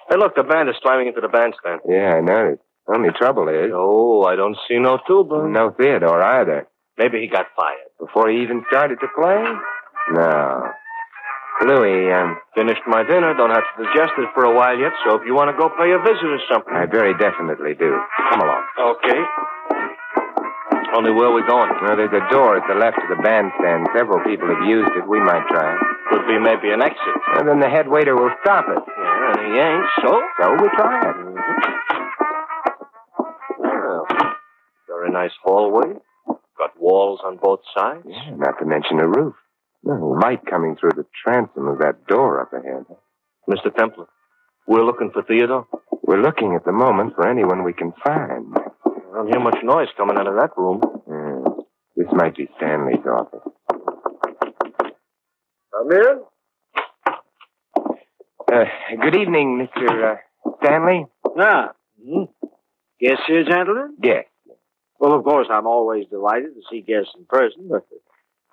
Speaker 17: Hey, look, the band is slamming into the bandstand.
Speaker 16: Yeah, I noticed. Only trouble is.
Speaker 17: Oh, I don't see no tuba.
Speaker 16: No Theodore either.
Speaker 17: Maybe he got fired.
Speaker 16: Before he even started to play? No. Louis, um.
Speaker 17: Finished my dinner. Don't have to digest it for a while yet, so if you want to go pay a visit or something.
Speaker 16: I very definitely do. Come along.
Speaker 17: Okay. Only where are we going?
Speaker 16: Well, there's a door at the left of the bandstand. Several people have used it. We might try it.
Speaker 17: Could be maybe an exit.
Speaker 16: And then the head waiter will stop it.
Speaker 17: Yeah, and he ain't, so?
Speaker 16: So we try it.
Speaker 17: Well, Mm-hmm. very nice hallway. Got walls on both sides.
Speaker 16: Not to mention a roof. No light coming through the transom of that door up ahead.
Speaker 17: Mr. Templar, we're looking for Theodore.
Speaker 16: We're looking at the moment for anyone we can find.
Speaker 17: I don't hear much noise coming out of that room.
Speaker 16: Yeah. Mm. This might be Stanley's office.
Speaker 18: Come in.
Speaker 16: Uh, good evening, Mr. Uh, Stanley.
Speaker 18: Ah. hmm Guests here, gentlemen?
Speaker 16: Yes.
Speaker 18: Well, of course, I'm always delighted to see guests in person, but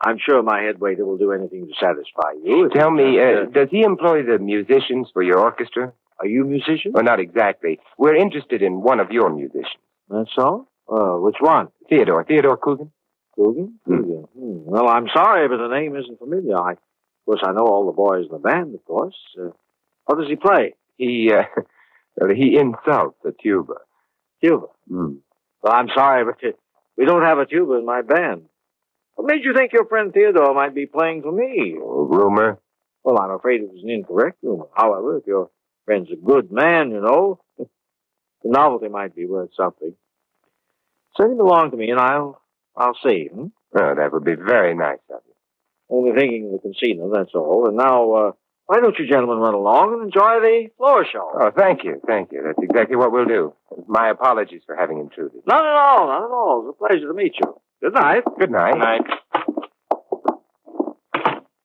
Speaker 18: I'm sure my head waiter will do anything to satisfy you.
Speaker 16: Tell me, uh, does he employ the musicians for your orchestra?
Speaker 18: Are you musicians?
Speaker 16: Well, not exactly. We're interested in one of your musicians.
Speaker 18: That's all? Uh, which one?
Speaker 16: Theodore. Theodore Coogan?
Speaker 18: Coogan? Coogan. Hmm. Well, I'm sorry, but the name isn't familiar. I, of course, I know all the boys in the band, of course. Uh, how does he play?
Speaker 16: He, uh, well, he insults the tuba.
Speaker 18: Tuba.
Speaker 16: Mm.
Speaker 18: Well, I'm sorry, but uh, we don't have a tuba in my band. What made you think your friend Theodore might be playing for me?
Speaker 16: Rumor?
Speaker 18: Well, I'm afraid it was an incorrect rumor. However, if your friend's a good man, you know, the novelty might be worth something. Send him along to me, and I'll I'll see. Hmm?
Speaker 16: Oh, that would be very nice of you.
Speaker 18: Only thinking of the casino, that's all. And now, uh, why don't you gentlemen run along and enjoy the floor show?
Speaker 16: Oh, thank you, thank you. That's exactly what we'll do. My apologies for having intruded.
Speaker 18: Not at all, not at all. It's a pleasure to meet you. Good night.
Speaker 16: Good night.
Speaker 17: Good night.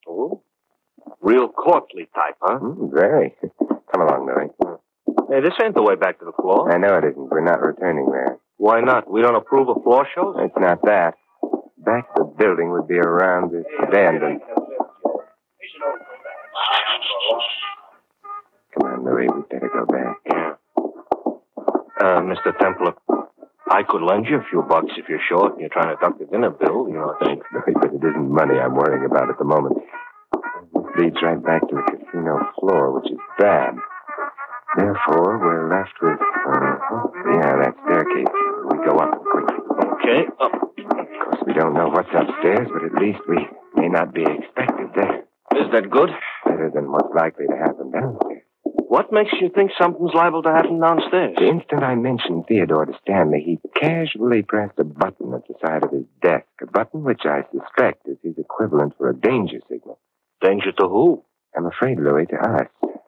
Speaker 17: Oh, real courtly type, huh?
Speaker 16: Mm, very. Come along, Louis.
Speaker 17: Hey, this ain't the way back to the floor.
Speaker 16: I know it isn't. We're not returning there.
Speaker 17: Why not? We don't approve of floor shows?
Speaker 16: It's not that. Back to the building would be around this abandoned. Come on, Louis. We'd better go back.
Speaker 17: Uh, Mr. Templar, I could lend you a few bucks if you're short and you're trying to duck the dinner bill, you know, I think.
Speaker 16: Louis, but it isn't money I'm worrying about at the moment. This leads right back to the casino floor, which is bad. Therefore, we're left with, uh, yeah, that staircase. We go up quickly.
Speaker 17: Okay. Oh,
Speaker 16: Of course, we don't know what's upstairs, but at least we may not be expected there.
Speaker 17: is that good?
Speaker 16: Better than what's likely to happen downstairs.
Speaker 17: What makes you think something's liable to happen downstairs?
Speaker 16: The instant I mentioned Theodore to Stanley, he casually pressed a button at the side of his desk, a button which I suspect is his equivalent for a danger signal.
Speaker 17: Danger to who?
Speaker 16: I'm afraid, Louis, to us.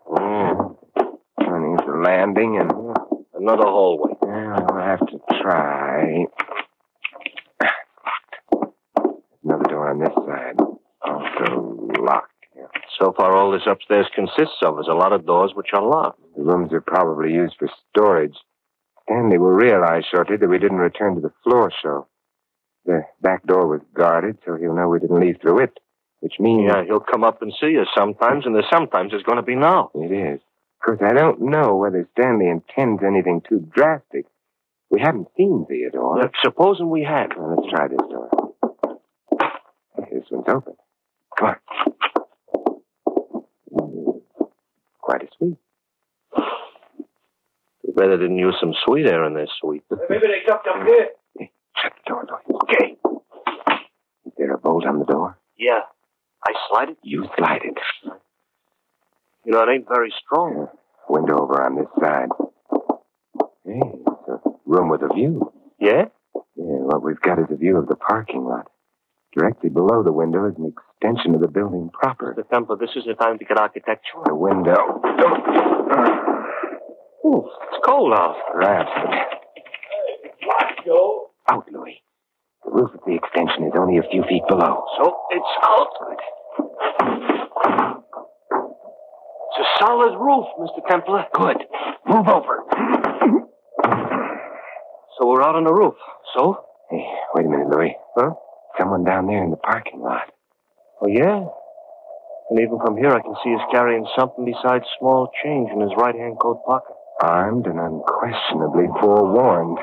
Speaker 17: Mm.
Speaker 16: Turning at the landing and
Speaker 17: Another hallway.
Speaker 16: Well, I'll have to try. Locked. Another door on this side. Also locked. Yeah.
Speaker 17: So far, all this upstairs consists of is a lot of doors which are locked.
Speaker 16: The rooms are probably used for storage. Stanley will realize shortly that we didn't return to the floor show. The back door was guarded, so he'll know we didn't leave through it, which means
Speaker 17: Yeah, he'll come up and see us sometimes, and there's sometimes it's going to be now.
Speaker 16: it is. Of course, I don't know whether Stanley intends anything too drastic. We haven't seen Theodore.
Speaker 17: Look, supposing we had.
Speaker 16: Well, let's try this door. Hey, This one's open. Come on. Mm, Quite a sweet.
Speaker 17: Too bad they didn't use some sweet air in this suite.
Speaker 18: Maybe they come up here.
Speaker 16: Hey, shut the door, Louis. Okay. Is there a bolt on the door?
Speaker 17: Yeah. I slide it.
Speaker 16: You slide it.
Speaker 17: You know, it ain't very strong.
Speaker 16: Window over on this side. Hey, it's a room with a view.
Speaker 17: Yeah?
Speaker 16: Yeah, what we've got is a view of the parking lot. Directly below the window is an extension of the building proper.
Speaker 17: Mr. Temple, this is the time to get architectural.
Speaker 16: The window.
Speaker 17: Oh, it's cold out.
Speaker 16: Perhaps, but out, Louis. The roof of the extension is only a few feet below.
Speaker 17: So it's out. It's a solid roof, Mr. Templar. Good. Move over. So we're out on the roof. So?
Speaker 16: Hey, wait a minute, Louis.
Speaker 17: Huh?
Speaker 16: Someone down there in the parking lot.
Speaker 17: Oh, yeah. And even from here, I can see he's carrying something besides small change in his right hand coat pocket.
Speaker 16: Armed and unquestionably forewarned.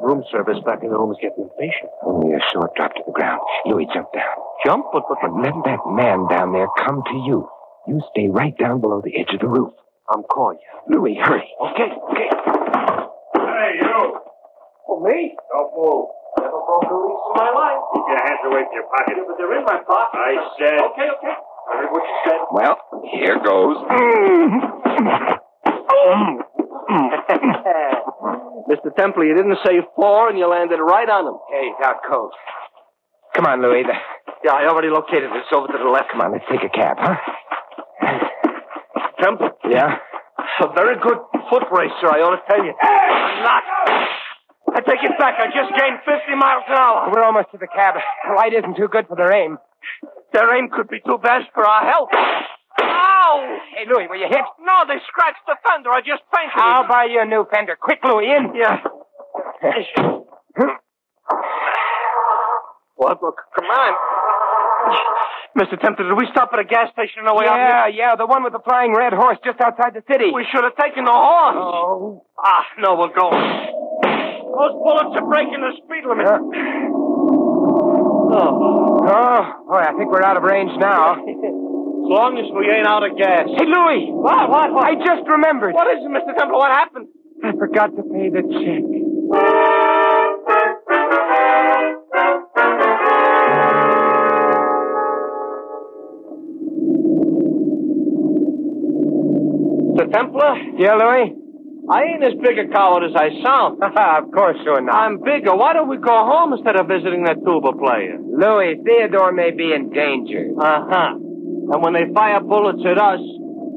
Speaker 17: Room service back in the room is getting impatient.
Speaker 16: Only a short drop to the ground. Louis, jump down.
Speaker 17: Jump? But, but,
Speaker 16: And let that man down there come to you. You stay right down below the edge of the roof.
Speaker 17: I'm calling
Speaker 16: you. Louis, hurry.
Speaker 17: Okay, okay.
Speaker 19: Hey, you.
Speaker 17: Oh, me?
Speaker 19: Don't move.
Speaker 17: Never broke a lease in my life.
Speaker 19: Keep your hands away from your pocket.
Speaker 17: But they're in my pocket.
Speaker 19: I said.
Speaker 17: Okay, okay. I heard what you said.
Speaker 16: Well, here goes.
Speaker 17: Mr. Temple, you didn't say four, and you landed right on him. Hey, out cold.
Speaker 16: Come on, Louis. The-
Speaker 17: Yeah, I already located it. It's over to the left.
Speaker 16: Come on, let's take a cab, huh?
Speaker 17: Temple,
Speaker 16: Yeah?
Speaker 17: a very good foot racer, I ought to tell you. Knock. I take it back. I just gained 50 miles an hour.
Speaker 20: We're almost to the cab. The light isn't too good for their aim.
Speaker 17: Their aim could be too bad for our health. Ow! Hey, Louis, were you hit? No, they scratched the fender. I just painted
Speaker 20: I'll
Speaker 17: it.
Speaker 20: buy you a new fender. Quick, Louie, in.
Speaker 17: Yeah. What? Look, come on. Mr. Tempter, did we stop at a gas station on the way out
Speaker 20: yeah,
Speaker 17: here?
Speaker 20: yeah, the one with the flying red horse just outside the city.
Speaker 17: We should have taken the horse. Oh. Ah, no, we're going. Those bullets are breaking the speed limit. Oh.
Speaker 20: Oh, boy, I think we're out of range now.
Speaker 17: As long as we ain't out of gas.
Speaker 20: Hey, Louis!
Speaker 17: What, what, what?
Speaker 20: I just remembered.
Speaker 17: What is it, Mr. Temple? What happened?
Speaker 20: I forgot to pay the check.
Speaker 17: Mr. Templar?
Speaker 20: Yeah, Louis?
Speaker 17: I ain't as big a coward as I sound.
Speaker 20: of course you're not.
Speaker 17: I'm bigger. Why don't we go home instead of visiting that tuba player?
Speaker 20: Louis, Theodore may be in danger.
Speaker 17: Uh huh. And when they fire bullets at us,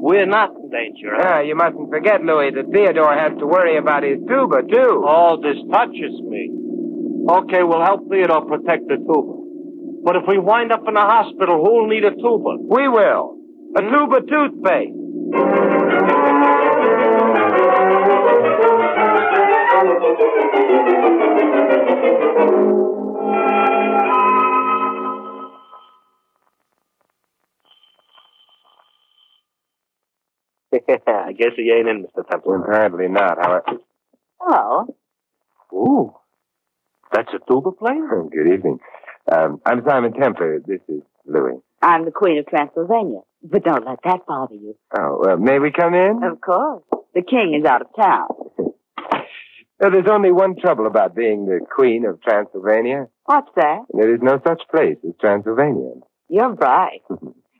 Speaker 17: we're not in danger.
Speaker 20: Ah, you mustn't forget, Louis, that Theodore has to worry about his tuba, too.
Speaker 17: Oh, this touches me. Okay, we'll help Theodore protect the tuba. But if we wind up in the hospital, who'll need a tuba?
Speaker 20: We will.
Speaker 17: A tuba toothpaste. I guess he ain't in, Mr. Temple.
Speaker 16: Apparently not. How
Speaker 21: Hello.
Speaker 17: Ooh. That's a tuba player?
Speaker 16: Good evening. Um, I'm Simon Templar. This is Louis.
Speaker 21: I'm the Queen of Transylvania. But don't let that bother you.
Speaker 16: Oh, well, may we come in?
Speaker 21: Of course. The king is out of town.
Speaker 16: Now, there's only one trouble about being the Queen of Transylvania.
Speaker 21: What's that?
Speaker 16: There is no such place as Transylvania.
Speaker 21: You're right.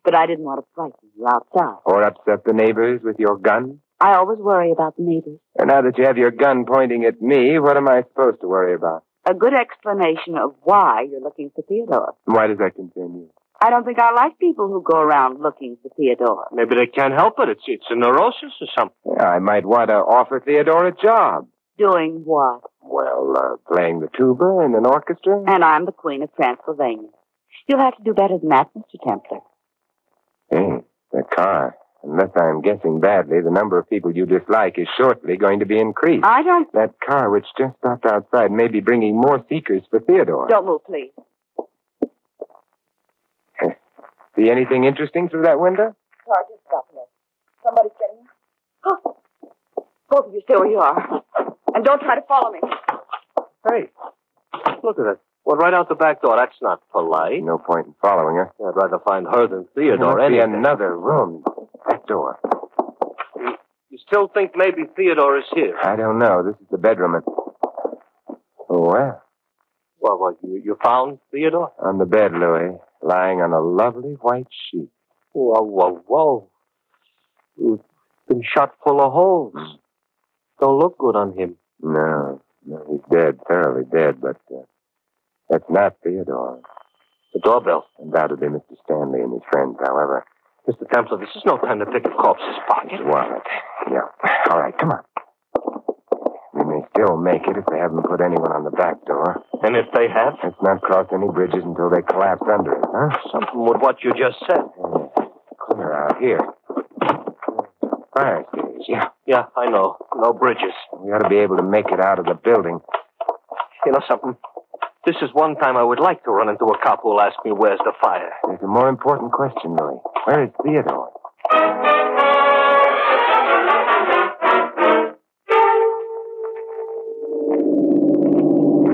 Speaker 21: but I didn't want to frighten you outside.
Speaker 16: Or upset the neighbors with your gun.
Speaker 21: I always worry about the neighbors.
Speaker 16: And now that you have your gun pointing at me, what am I supposed to worry about?
Speaker 21: A good explanation of why you're looking for Theodore.
Speaker 16: Why does that concern you?
Speaker 21: I don't think I like people who go around looking for Theodore.
Speaker 17: Maybe they can't help it. It's, it's a neurosis or something.
Speaker 16: Yeah, I might want to offer Theodore a job.
Speaker 21: Doing what?
Speaker 16: Well, uh, playing the tuba in an orchestra?
Speaker 21: And I'm the Queen of Transylvania. You'll have to do better than that, Mr. Templar.
Speaker 16: Hey, the car. Unless I'm guessing badly, the number of people you dislike is shortly going to be increased.
Speaker 21: I don't.
Speaker 16: That car which just stopped outside may be bringing more seekers for Theodore.
Speaker 21: Don't move, please.
Speaker 16: See anything interesting through that window?
Speaker 21: Car just stopped now. Somebody's getting. Oh. Both of you stay where you are. And don't try to follow me.
Speaker 17: Hey, look at that. Well, right out the back door. That's not polite.
Speaker 16: No point in following her.
Speaker 17: I'd rather find her than
Speaker 16: There
Speaker 17: Theodore.
Speaker 16: must be
Speaker 17: Any
Speaker 16: another room. That door.
Speaker 17: You still think maybe Theodore is here?
Speaker 16: I don't know. This is the bedroom. And... Oh, well.
Speaker 17: Well, well you, you found Theodore?
Speaker 16: On the bed, Louis, lying on a lovely white sheet.
Speaker 17: Whoa, whoa, whoa. He's been shot full of holes. Don't look good on him.
Speaker 15: No, no, he's dead, thoroughly dead, but uh, that's not Theodore.
Speaker 17: The doorbell.
Speaker 15: Undoubtedly Mr. Stanley and his friends, however.
Speaker 17: Mr. Templar, this is no time to pick a corpse's pocket.
Speaker 15: Wallet. Yeah. All right, come on. We may still make it if they haven't put anyone on the back door.
Speaker 17: And if they have?
Speaker 15: Let's not cross any bridges until they collapse under it, huh?
Speaker 17: Something with what you just said.
Speaker 15: Clear out here. Fire escapes, yeah.
Speaker 17: Yeah, I know. No bridges.
Speaker 15: We ought to be able to make it out of the building.
Speaker 17: You know something? This is one time I would like to run into a cop who'll ask me where's the fire.
Speaker 15: There's a more important question, Louis. Where is Theodore?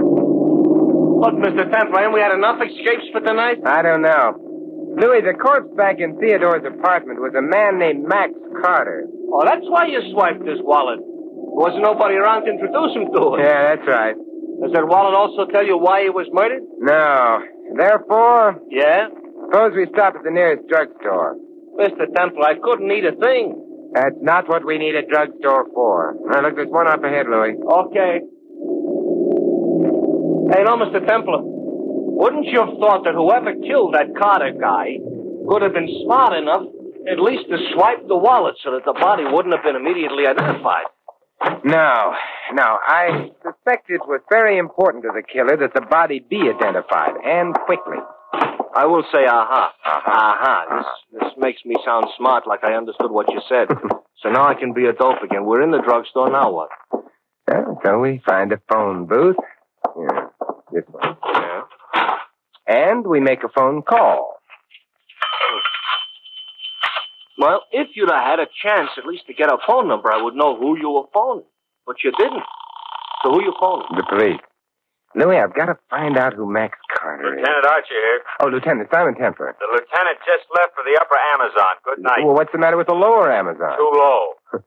Speaker 17: Look, Mr. Templar, we had enough escapes for tonight?
Speaker 16: I don't know. Louis, the corpse back in Theodore's apartment was a man named Max Carter.
Speaker 17: Oh, that's why you swiped his wallet. There wasn't nobody around to introduce him to us.
Speaker 16: Yeah, that's right.
Speaker 17: Does that wallet also tell you why he was murdered?
Speaker 16: No. Therefore,
Speaker 17: Yeah?
Speaker 16: suppose we stop at the nearest drugstore.
Speaker 17: Mr. Templar, I couldn't eat a thing.
Speaker 16: That's not what we need a drugstore for. Now, look, there's one up ahead, Louis.
Speaker 17: Okay. Hey, no, Mr. Templar. Wouldn't you have thought that whoever killed that Carter guy would have been smart enough at least to swipe the wallet so that the body wouldn't have been immediately identified?
Speaker 16: No, no. I suspect it was very important to the killer that the body be identified, and quickly.
Speaker 17: I will say, aha. Aha. This, this makes me sound smart like I understood what you said. so now I can be a dope again. We're in the drugstore now, what?
Speaker 16: Yeah, so we find a phone booth. Yeah, this one.
Speaker 17: Yeah.
Speaker 16: And we make a phone call.
Speaker 17: Well, if you'd have had a chance at least to get a phone number, I would know who you were phoning. But you didn't. So who you phoning?
Speaker 16: The police. Louis, I've got to find out who Max Carter is.
Speaker 22: Lieutenant uh, Archer here.
Speaker 16: Oh, Lieutenant Simon Templer.
Speaker 22: The lieutenant just left for the upper Amazon. Good night.
Speaker 16: Well, uh, what's the matter with the lower Amazon?
Speaker 22: Too low.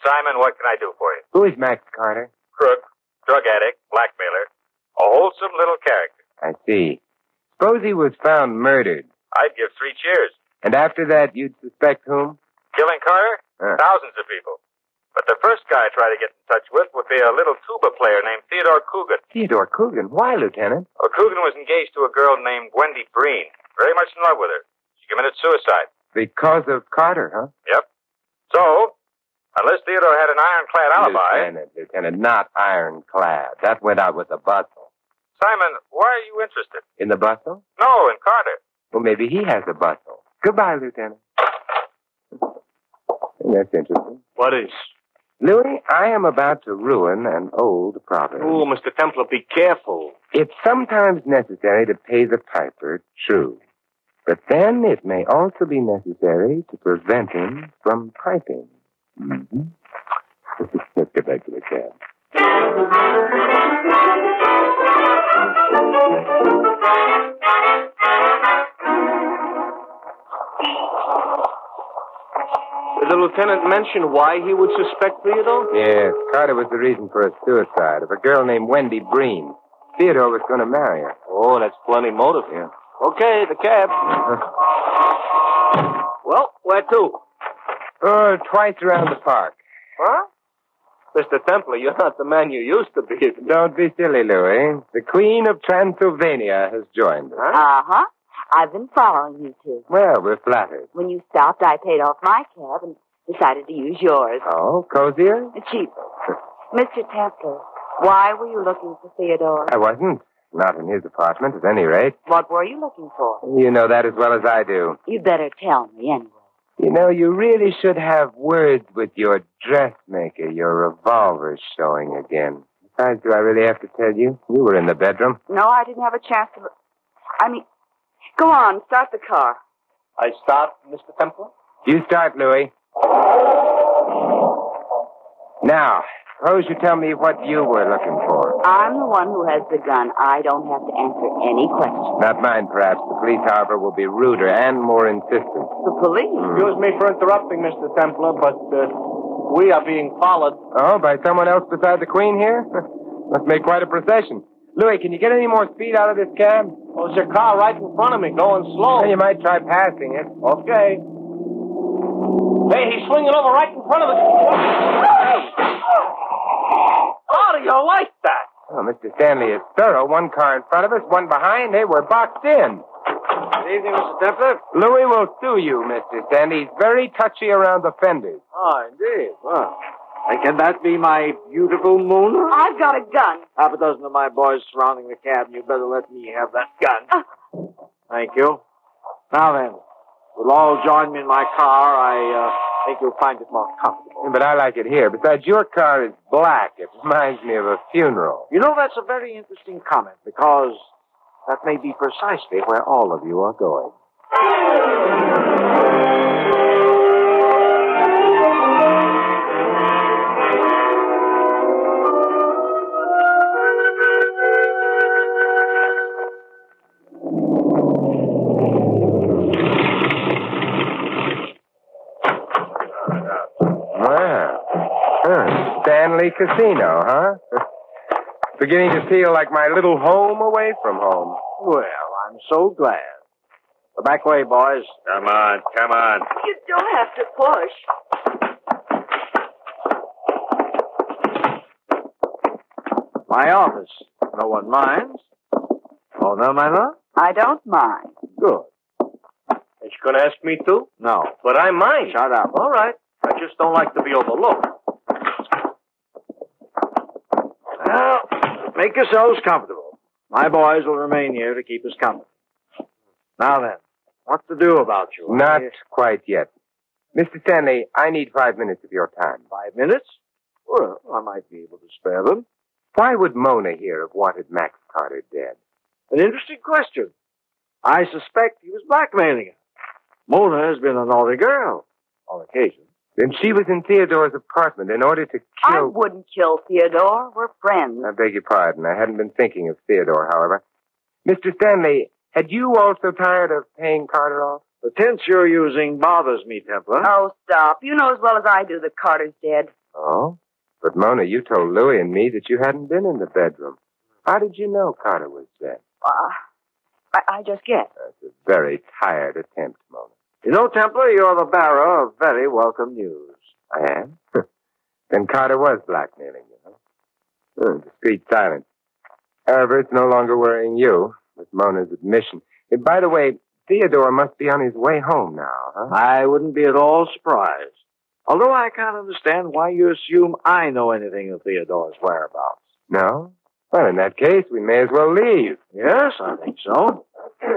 Speaker 22: Simon, what can I do for you?
Speaker 16: Who is Max Carter?
Speaker 22: Crook, drug addict, blackmailer. A wholesome little character.
Speaker 16: I see. Suppose he was found murdered,
Speaker 22: I'd give three cheers.
Speaker 16: and after that you'd suspect whom?
Speaker 22: Killing Carter?
Speaker 16: Huh.
Speaker 22: Thousands of people. But the first guy I try to get in touch with would be a little tuba player named Theodore Coogan.
Speaker 16: Theodore Coogan. Why, Lieutenant?
Speaker 22: Well, Coogan was engaged to a girl named Wendy Breen. Very much in love with her. She committed suicide.
Speaker 16: Because of Carter, huh?
Speaker 22: Yep. So, unless Theodore had an ironclad alibi,
Speaker 16: Lieutenant, Lieutenant, not ironclad. That went out with the bustle.
Speaker 22: Simon, why are you interested?
Speaker 16: In the bustle?
Speaker 22: No, in Carter.
Speaker 16: Well, maybe he has a bustle. Goodbye, Lieutenant. That's interesting.
Speaker 17: What is?
Speaker 16: Louis, I am about to ruin an old proverb.
Speaker 17: Oh, Mr. Templar, be careful.
Speaker 16: It's sometimes necessary to pay the piper, true. But then it may also be necessary to prevent him from piping. Mm-hmm. Let's get back to the cab.
Speaker 17: Did the lieutenant mention why he would suspect Theodore?
Speaker 16: Yes, Carter was the reason for his suicide of a girl named Wendy Breen. Theodore was going to marry her.
Speaker 17: Oh, that's plenty motive.
Speaker 16: Yeah. Uh-huh.
Speaker 17: Okay, the cab. Well, where to?
Speaker 16: Uh, twice around the park.
Speaker 17: Huh? Mr. Templar, you're not the man you used to be.
Speaker 16: Don't be silly, Louis. The Queen of Transylvania has joined us.
Speaker 23: Uh huh. I've been following you two.
Speaker 16: Well, we're flattered.
Speaker 23: When you stopped, I paid off my cab and decided to use yours.
Speaker 16: Oh, cozier?
Speaker 23: Cheaper. Mr. Templar, why were you looking for Theodore?
Speaker 16: I wasn't. Not in his apartment, at any rate.
Speaker 23: What were you looking for?
Speaker 16: You know that as well as I do.
Speaker 23: You'd better tell me anyway.
Speaker 16: You know, you really should have words with your dressmaker. Your revolver's showing again. Besides, do I really have to tell you? You were in the bedroom.
Speaker 23: No, I didn't have a chance to. look. I mean, go on, start the car.
Speaker 17: I start, Mr. Templar?
Speaker 16: You start, Louis. Now, suppose you tell me what you were looking for.
Speaker 23: I'm the one who has the gun. I don't have to answer any questions.
Speaker 16: Not mine, perhaps. The police, however, will be ruder and more insistent.
Speaker 23: The police?
Speaker 17: Excuse me for interrupting, Mr. Templar, but uh, we are being followed.
Speaker 16: Oh, by someone else besides the Queen here? Must make quite a procession. Louis, can you get any more speed out of this cab?
Speaker 17: Well, there's a car right in front of me going slow.
Speaker 16: Well, you might try passing it.
Speaker 17: Okay. Hey, he's swinging over right in front of us. How do you like that?
Speaker 16: Well, Mr. Oh, Stanley is thorough. One car in front of us, one behind. They were boxed in.
Speaker 18: Good evening, Mr. Templer.
Speaker 16: Louis will sue you, Mr. Stanley. He's very touchy around offenders.
Speaker 18: Ah, indeed. Well, and can that be my beautiful moon?
Speaker 21: I've got a gun.
Speaker 18: Half a dozen of my boys surrounding the cabin. You better let me have that gun.
Speaker 21: Uh.
Speaker 18: Thank you. Now then, we'll all join me in my car. I uh, think you'll find it more comfortable.
Speaker 16: But I like it here. Besides, your car is black. It reminds me of a funeral.
Speaker 18: You know, that's a very interesting comment because that may be precisely where all of you are going.
Speaker 16: Well, huh. Stanley Casino, huh? Beginning to feel like my little home away from home.
Speaker 18: Well, I'm so glad. The back way, boys. Come on, come on.
Speaker 21: You don't have to push.
Speaker 18: My office. No one minds. Oh, no, my love?
Speaker 21: I don't mind.
Speaker 18: Good.
Speaker 17: Is you going to ask me to?
Speaker 18: No.
Speaker 17: But I might.
Speaker 18: Shut up.
Speaker 17: All right. I just don't like to be overlooked.
Speaker 18: Well, make yourselves comfortable. My boys will remain here to keep us company. Now then, what to do about you?
Speaker 16: Not quite yet. Mr. Stanley, I need five minutes of your time.
Speaker 18: Five minutes? Well, I might be able to spare them.
Speaker 16: Why would Mona here have wanted Max Carter dead?
Speaker 18: An interesting question. I suspect he was blackmailing her. Mona has been a naughty girl. On occasion.
Speaker 16: Then she was in Theodore's apartment in order to kill.
Speaker 21: I wouldn't kill Theodore. We're friends.
Speaker 16: I beg your pardon. I hadn't been thinking of Theodore, however. Mr. Stanley, had you also tired of paying Carter off?
Speaker 18: The tense you're using bothers me, Templar.
Speaker 21: Oh, stop. You know as well as I do that Carter's dead.
Speaker 16: Oh? But Mona, you told Louis and me that you hadn't been in the bedroom. How did you know Carter was dead?
Speaker 21: Uh, I, I just guess.
Speaker 16: Very tired attempt, Mona.
Speaker 18: You know, Templar, you're the bearer of very welcome news.
Speaker 16: I am? then Carter was blackmailing you, huh? Hmm, discreet silence. However, it's no longer worrying you, with Mona's admission. And by the way, Theodore must be on his way home now, huh?
Speaker 18: I wouldn't be at all surprised. Although I can't understand why you assume I know anything of Theodore's whereabouts.
Speaker 16: No? Well, in that case, we may as well leave.
Speaker 18: Yes, I think so.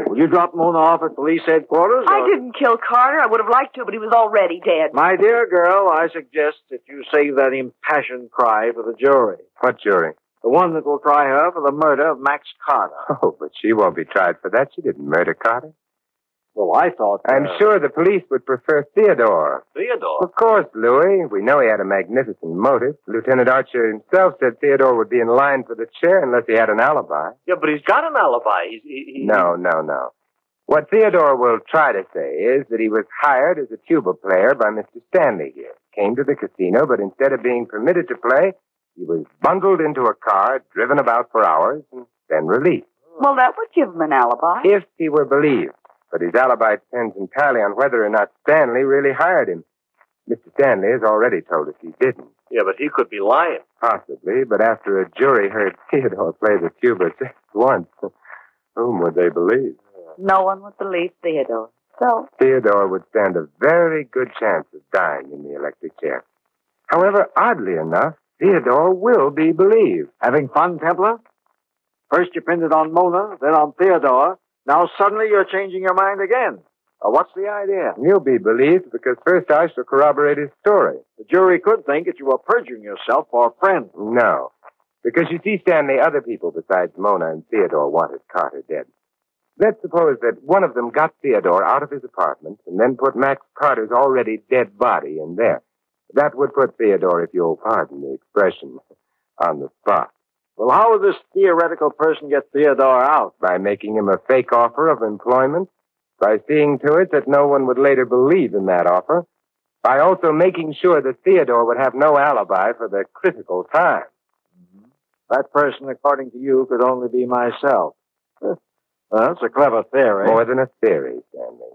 Speaker 18: Will you drop Mona off at police headquarters?
Speaker 21: I
Speaker 18: or-
Speaker 21: didn't kill Carter. I would have liked to, but he was already dead.
Speaker 18: My dear girl, I suggest that you save that impassioned cry for the jury.
Speaker 16: What jury?
Speaker 18: The one that will try her for the murder of Max Carter.
Speaker 16: Oh, but she won't be tried for that. She didn't murder Carter.
Speaker 18: Well, I thought.
Speaker 16: I'm
Speaker 18: uh,
Speaker 16: sure the police would prefer Theodore.
Speaker 18: Theodore.
Speaker 16: Of course, Louis. We know he had a magnificent motive. Lieutenant Archer himself said Theodore would be in line for the chair unless he had an alibi.
Speaker 17: Yeah, but he's got an alibi. He's, he, he-
Speaker 16: No, no, no. What Theodore will try to say is that he was hired as a tuba player by Mr. Stanley here. Came to the casino, but instead of being permitted to play, he was bundled into a car, driven about for hours, and then released.
Speaker 21: Well, that would give him an alibi.
Speaker 16: If he were believed. But his alibi depends entirely on whether or not Stanley really hired him. Mr. Stanley has already told us he didn't.
Speaker 17: Yeah, but he could be lying.
Speaker 16: Possibly, but after a jury heard Theodore play the tuba just once, whom would they believe?
Speaker 21: No one would believe Theodore. So,
Speaker 16: Theodore would stand a very good chance of dying in the electric chair. However, oddly enough, Theodore will be believed.
Speaker 18: Having fun, Templar? First you pinned it on Mona, then on Theodore. Now suddenly you're changing your mind again. Uh, what's the idea?
Speaker 16: You'll be believed because first I shall corroborate his story.
Speaker 18: The jury could think that you were perjuring yourself for a friend.
Speaker 16: No. Because you see, Stanley, other people besides Mona and Theodore wanted Carter dead. Let's suppose that one of them got Theodore out of his apartment and then put Max Carter's already dead body in there. That would put Theodore, if you'll pardon the expression, on the spot.
Speaker 18: Well, how would this theoretical person get Theodore out?
Speaker 16: By making him a fake offer of employment, by seeing to it that no one would later believe in that offer, by also making sure that Theodore would have no alibi for the critical time.
Speaker 18: That person, according to you, could only be myself. Huh. Well, that's a clever theory.
Speaker 16: More than a theory, Stanley.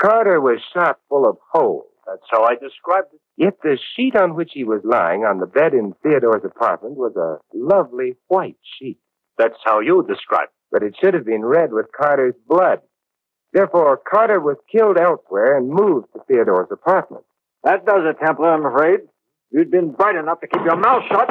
Speaker 16: Carter was shot full of holes.
Speaker 17: That's how I described it.
Speaker 16: Yet the sheet on which he was lying on the bed in Theodore's apartment was a lovely white sheet.
Speaker 17: That's how you described
Speaker 16: it. But it should have been red with Carter's blood. Therefore, Carter was killed elsewhere and moved to Theodore's apartment.
Speaker 17: That does it, Templar, I'm afraid. You'd been bright enough to keep your mouth shut.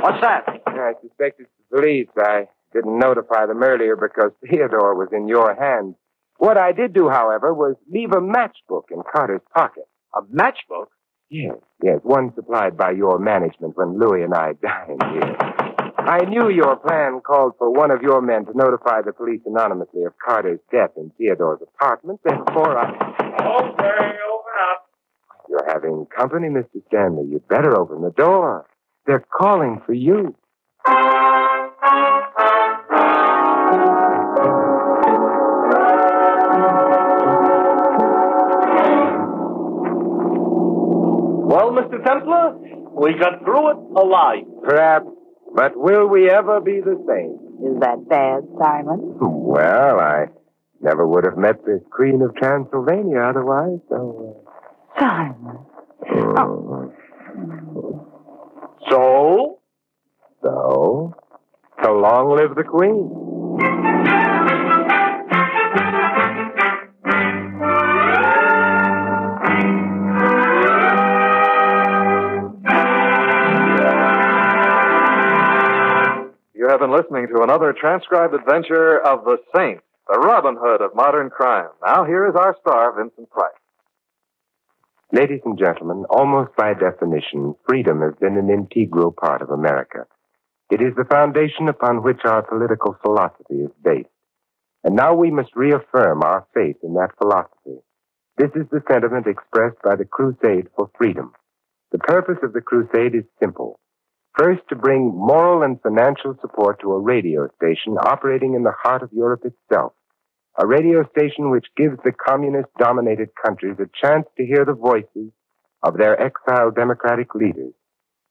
Speaker 17: What's that?
Speaker 16: I suspected the police. I didn't notify them earlier because Theodore was in your hands. What I did do, however, was leave a matchbook in Carter's pocket.
Speaker 17: A matchbook?
Speaker 16: Yes, yes, one supplied by your management when Louis and I dined here. I knew your plan called for one of your men to notify the police anonymously of Carter's death in Theodore's apartment. Therefore, I...
Speaker 24: Okay, open up.
Speaker 16: You're having company, Mr. Stanley. You'd better open the door. They're calling for you.
Speaker 17: Well, Mr. Templar, we got through it alive.
Speaker 16: Perhaps, but will we ever be the same?
Speaker 21: Is that bad, Simon?
Speaker 16: Well, I never would have met the Queen of Transylvania otherwise, so. uh,
Speaker 21: Simon.
Speaker 17: So?
Speaker 16: So? So long live the Queen.
Speaker 14: You have been listening to another transcribed adventure of The Saint, the Robin Hood of modern crime. Now, here is our star, Vincent Price.
Speaker 16: Ladies and gentlemen, almost by definition, freedom has been an integral part of America. It is the foundation upon which our political philosophy is based. And now we must reaffirm our faith in that philosophy. This is the sentiment expressed by the Crusade for Freedom. The purpose of the crusade is simple. First, to bring moral and financial support to a radio station operating in the heart of Europe itself. A radio station which gives the communist dominated countries a chance to hear the voices of their exiled democratic leaders,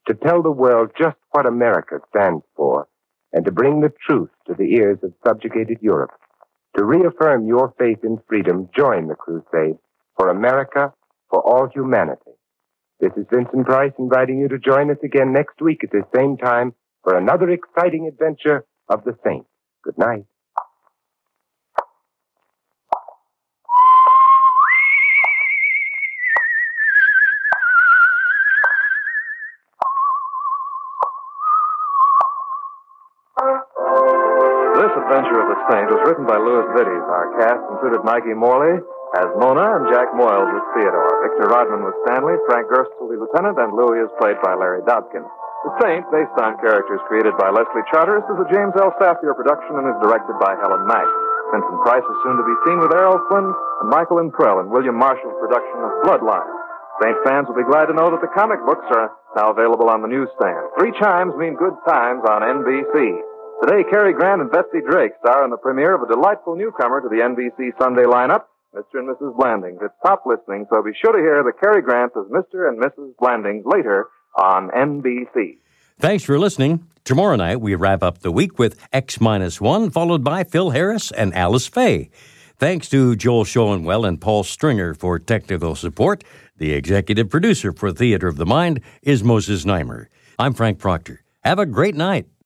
Speaker 16: to tell the world just what America stands for, and to bring the truth to the ears of subjugated Europe. To reaffirm your faith in freedom, join the crusade for America, for all humanity. This is Vincent Price inviting you to join us again next week at this same time for another exciting adventure of the Saint. Good night.
Speaker 14: This adventure of the saint was written by Louis Vittes. Our cast included Mikey Morley as Mona and Jack Moyles as Theodore. Victor Rodman was Stanley, Frank Gerst will be Lieutenant, and Louis is played by Larry Dobkin. The Saint, based on characters created by Leslie Charteris, is a James L. Safier production and is directed by Helen Mack. Vincent Price is soon to be seen with Errol Flynn and Michael and Prell in William Marshall's production of Bloodline. Saint fans will be glad to know that the comic books are now available on the newsstand. Three chimes mean good times on NBC. Today, Cary Grant and Betsy Drake star in the premiere of a delightful newcomer to the NBC Sunday lineup, Mr. and Mrs. Blandings. It's top listening, so be sure to hear the Cary Grant as Mr. and Mrs. Blandings later on NBC.
Speaker 2: Thanks for listening. Tomorrow night, we wrap up the week with X Minus One, followed by Phil Harris and Alice Faye. Thanks to Joel Schoenwell and Paul Stringer for technical support. The executive producer for Theater of the Mind is Moses Neimer. I'm Frank Proctor. Have a great night.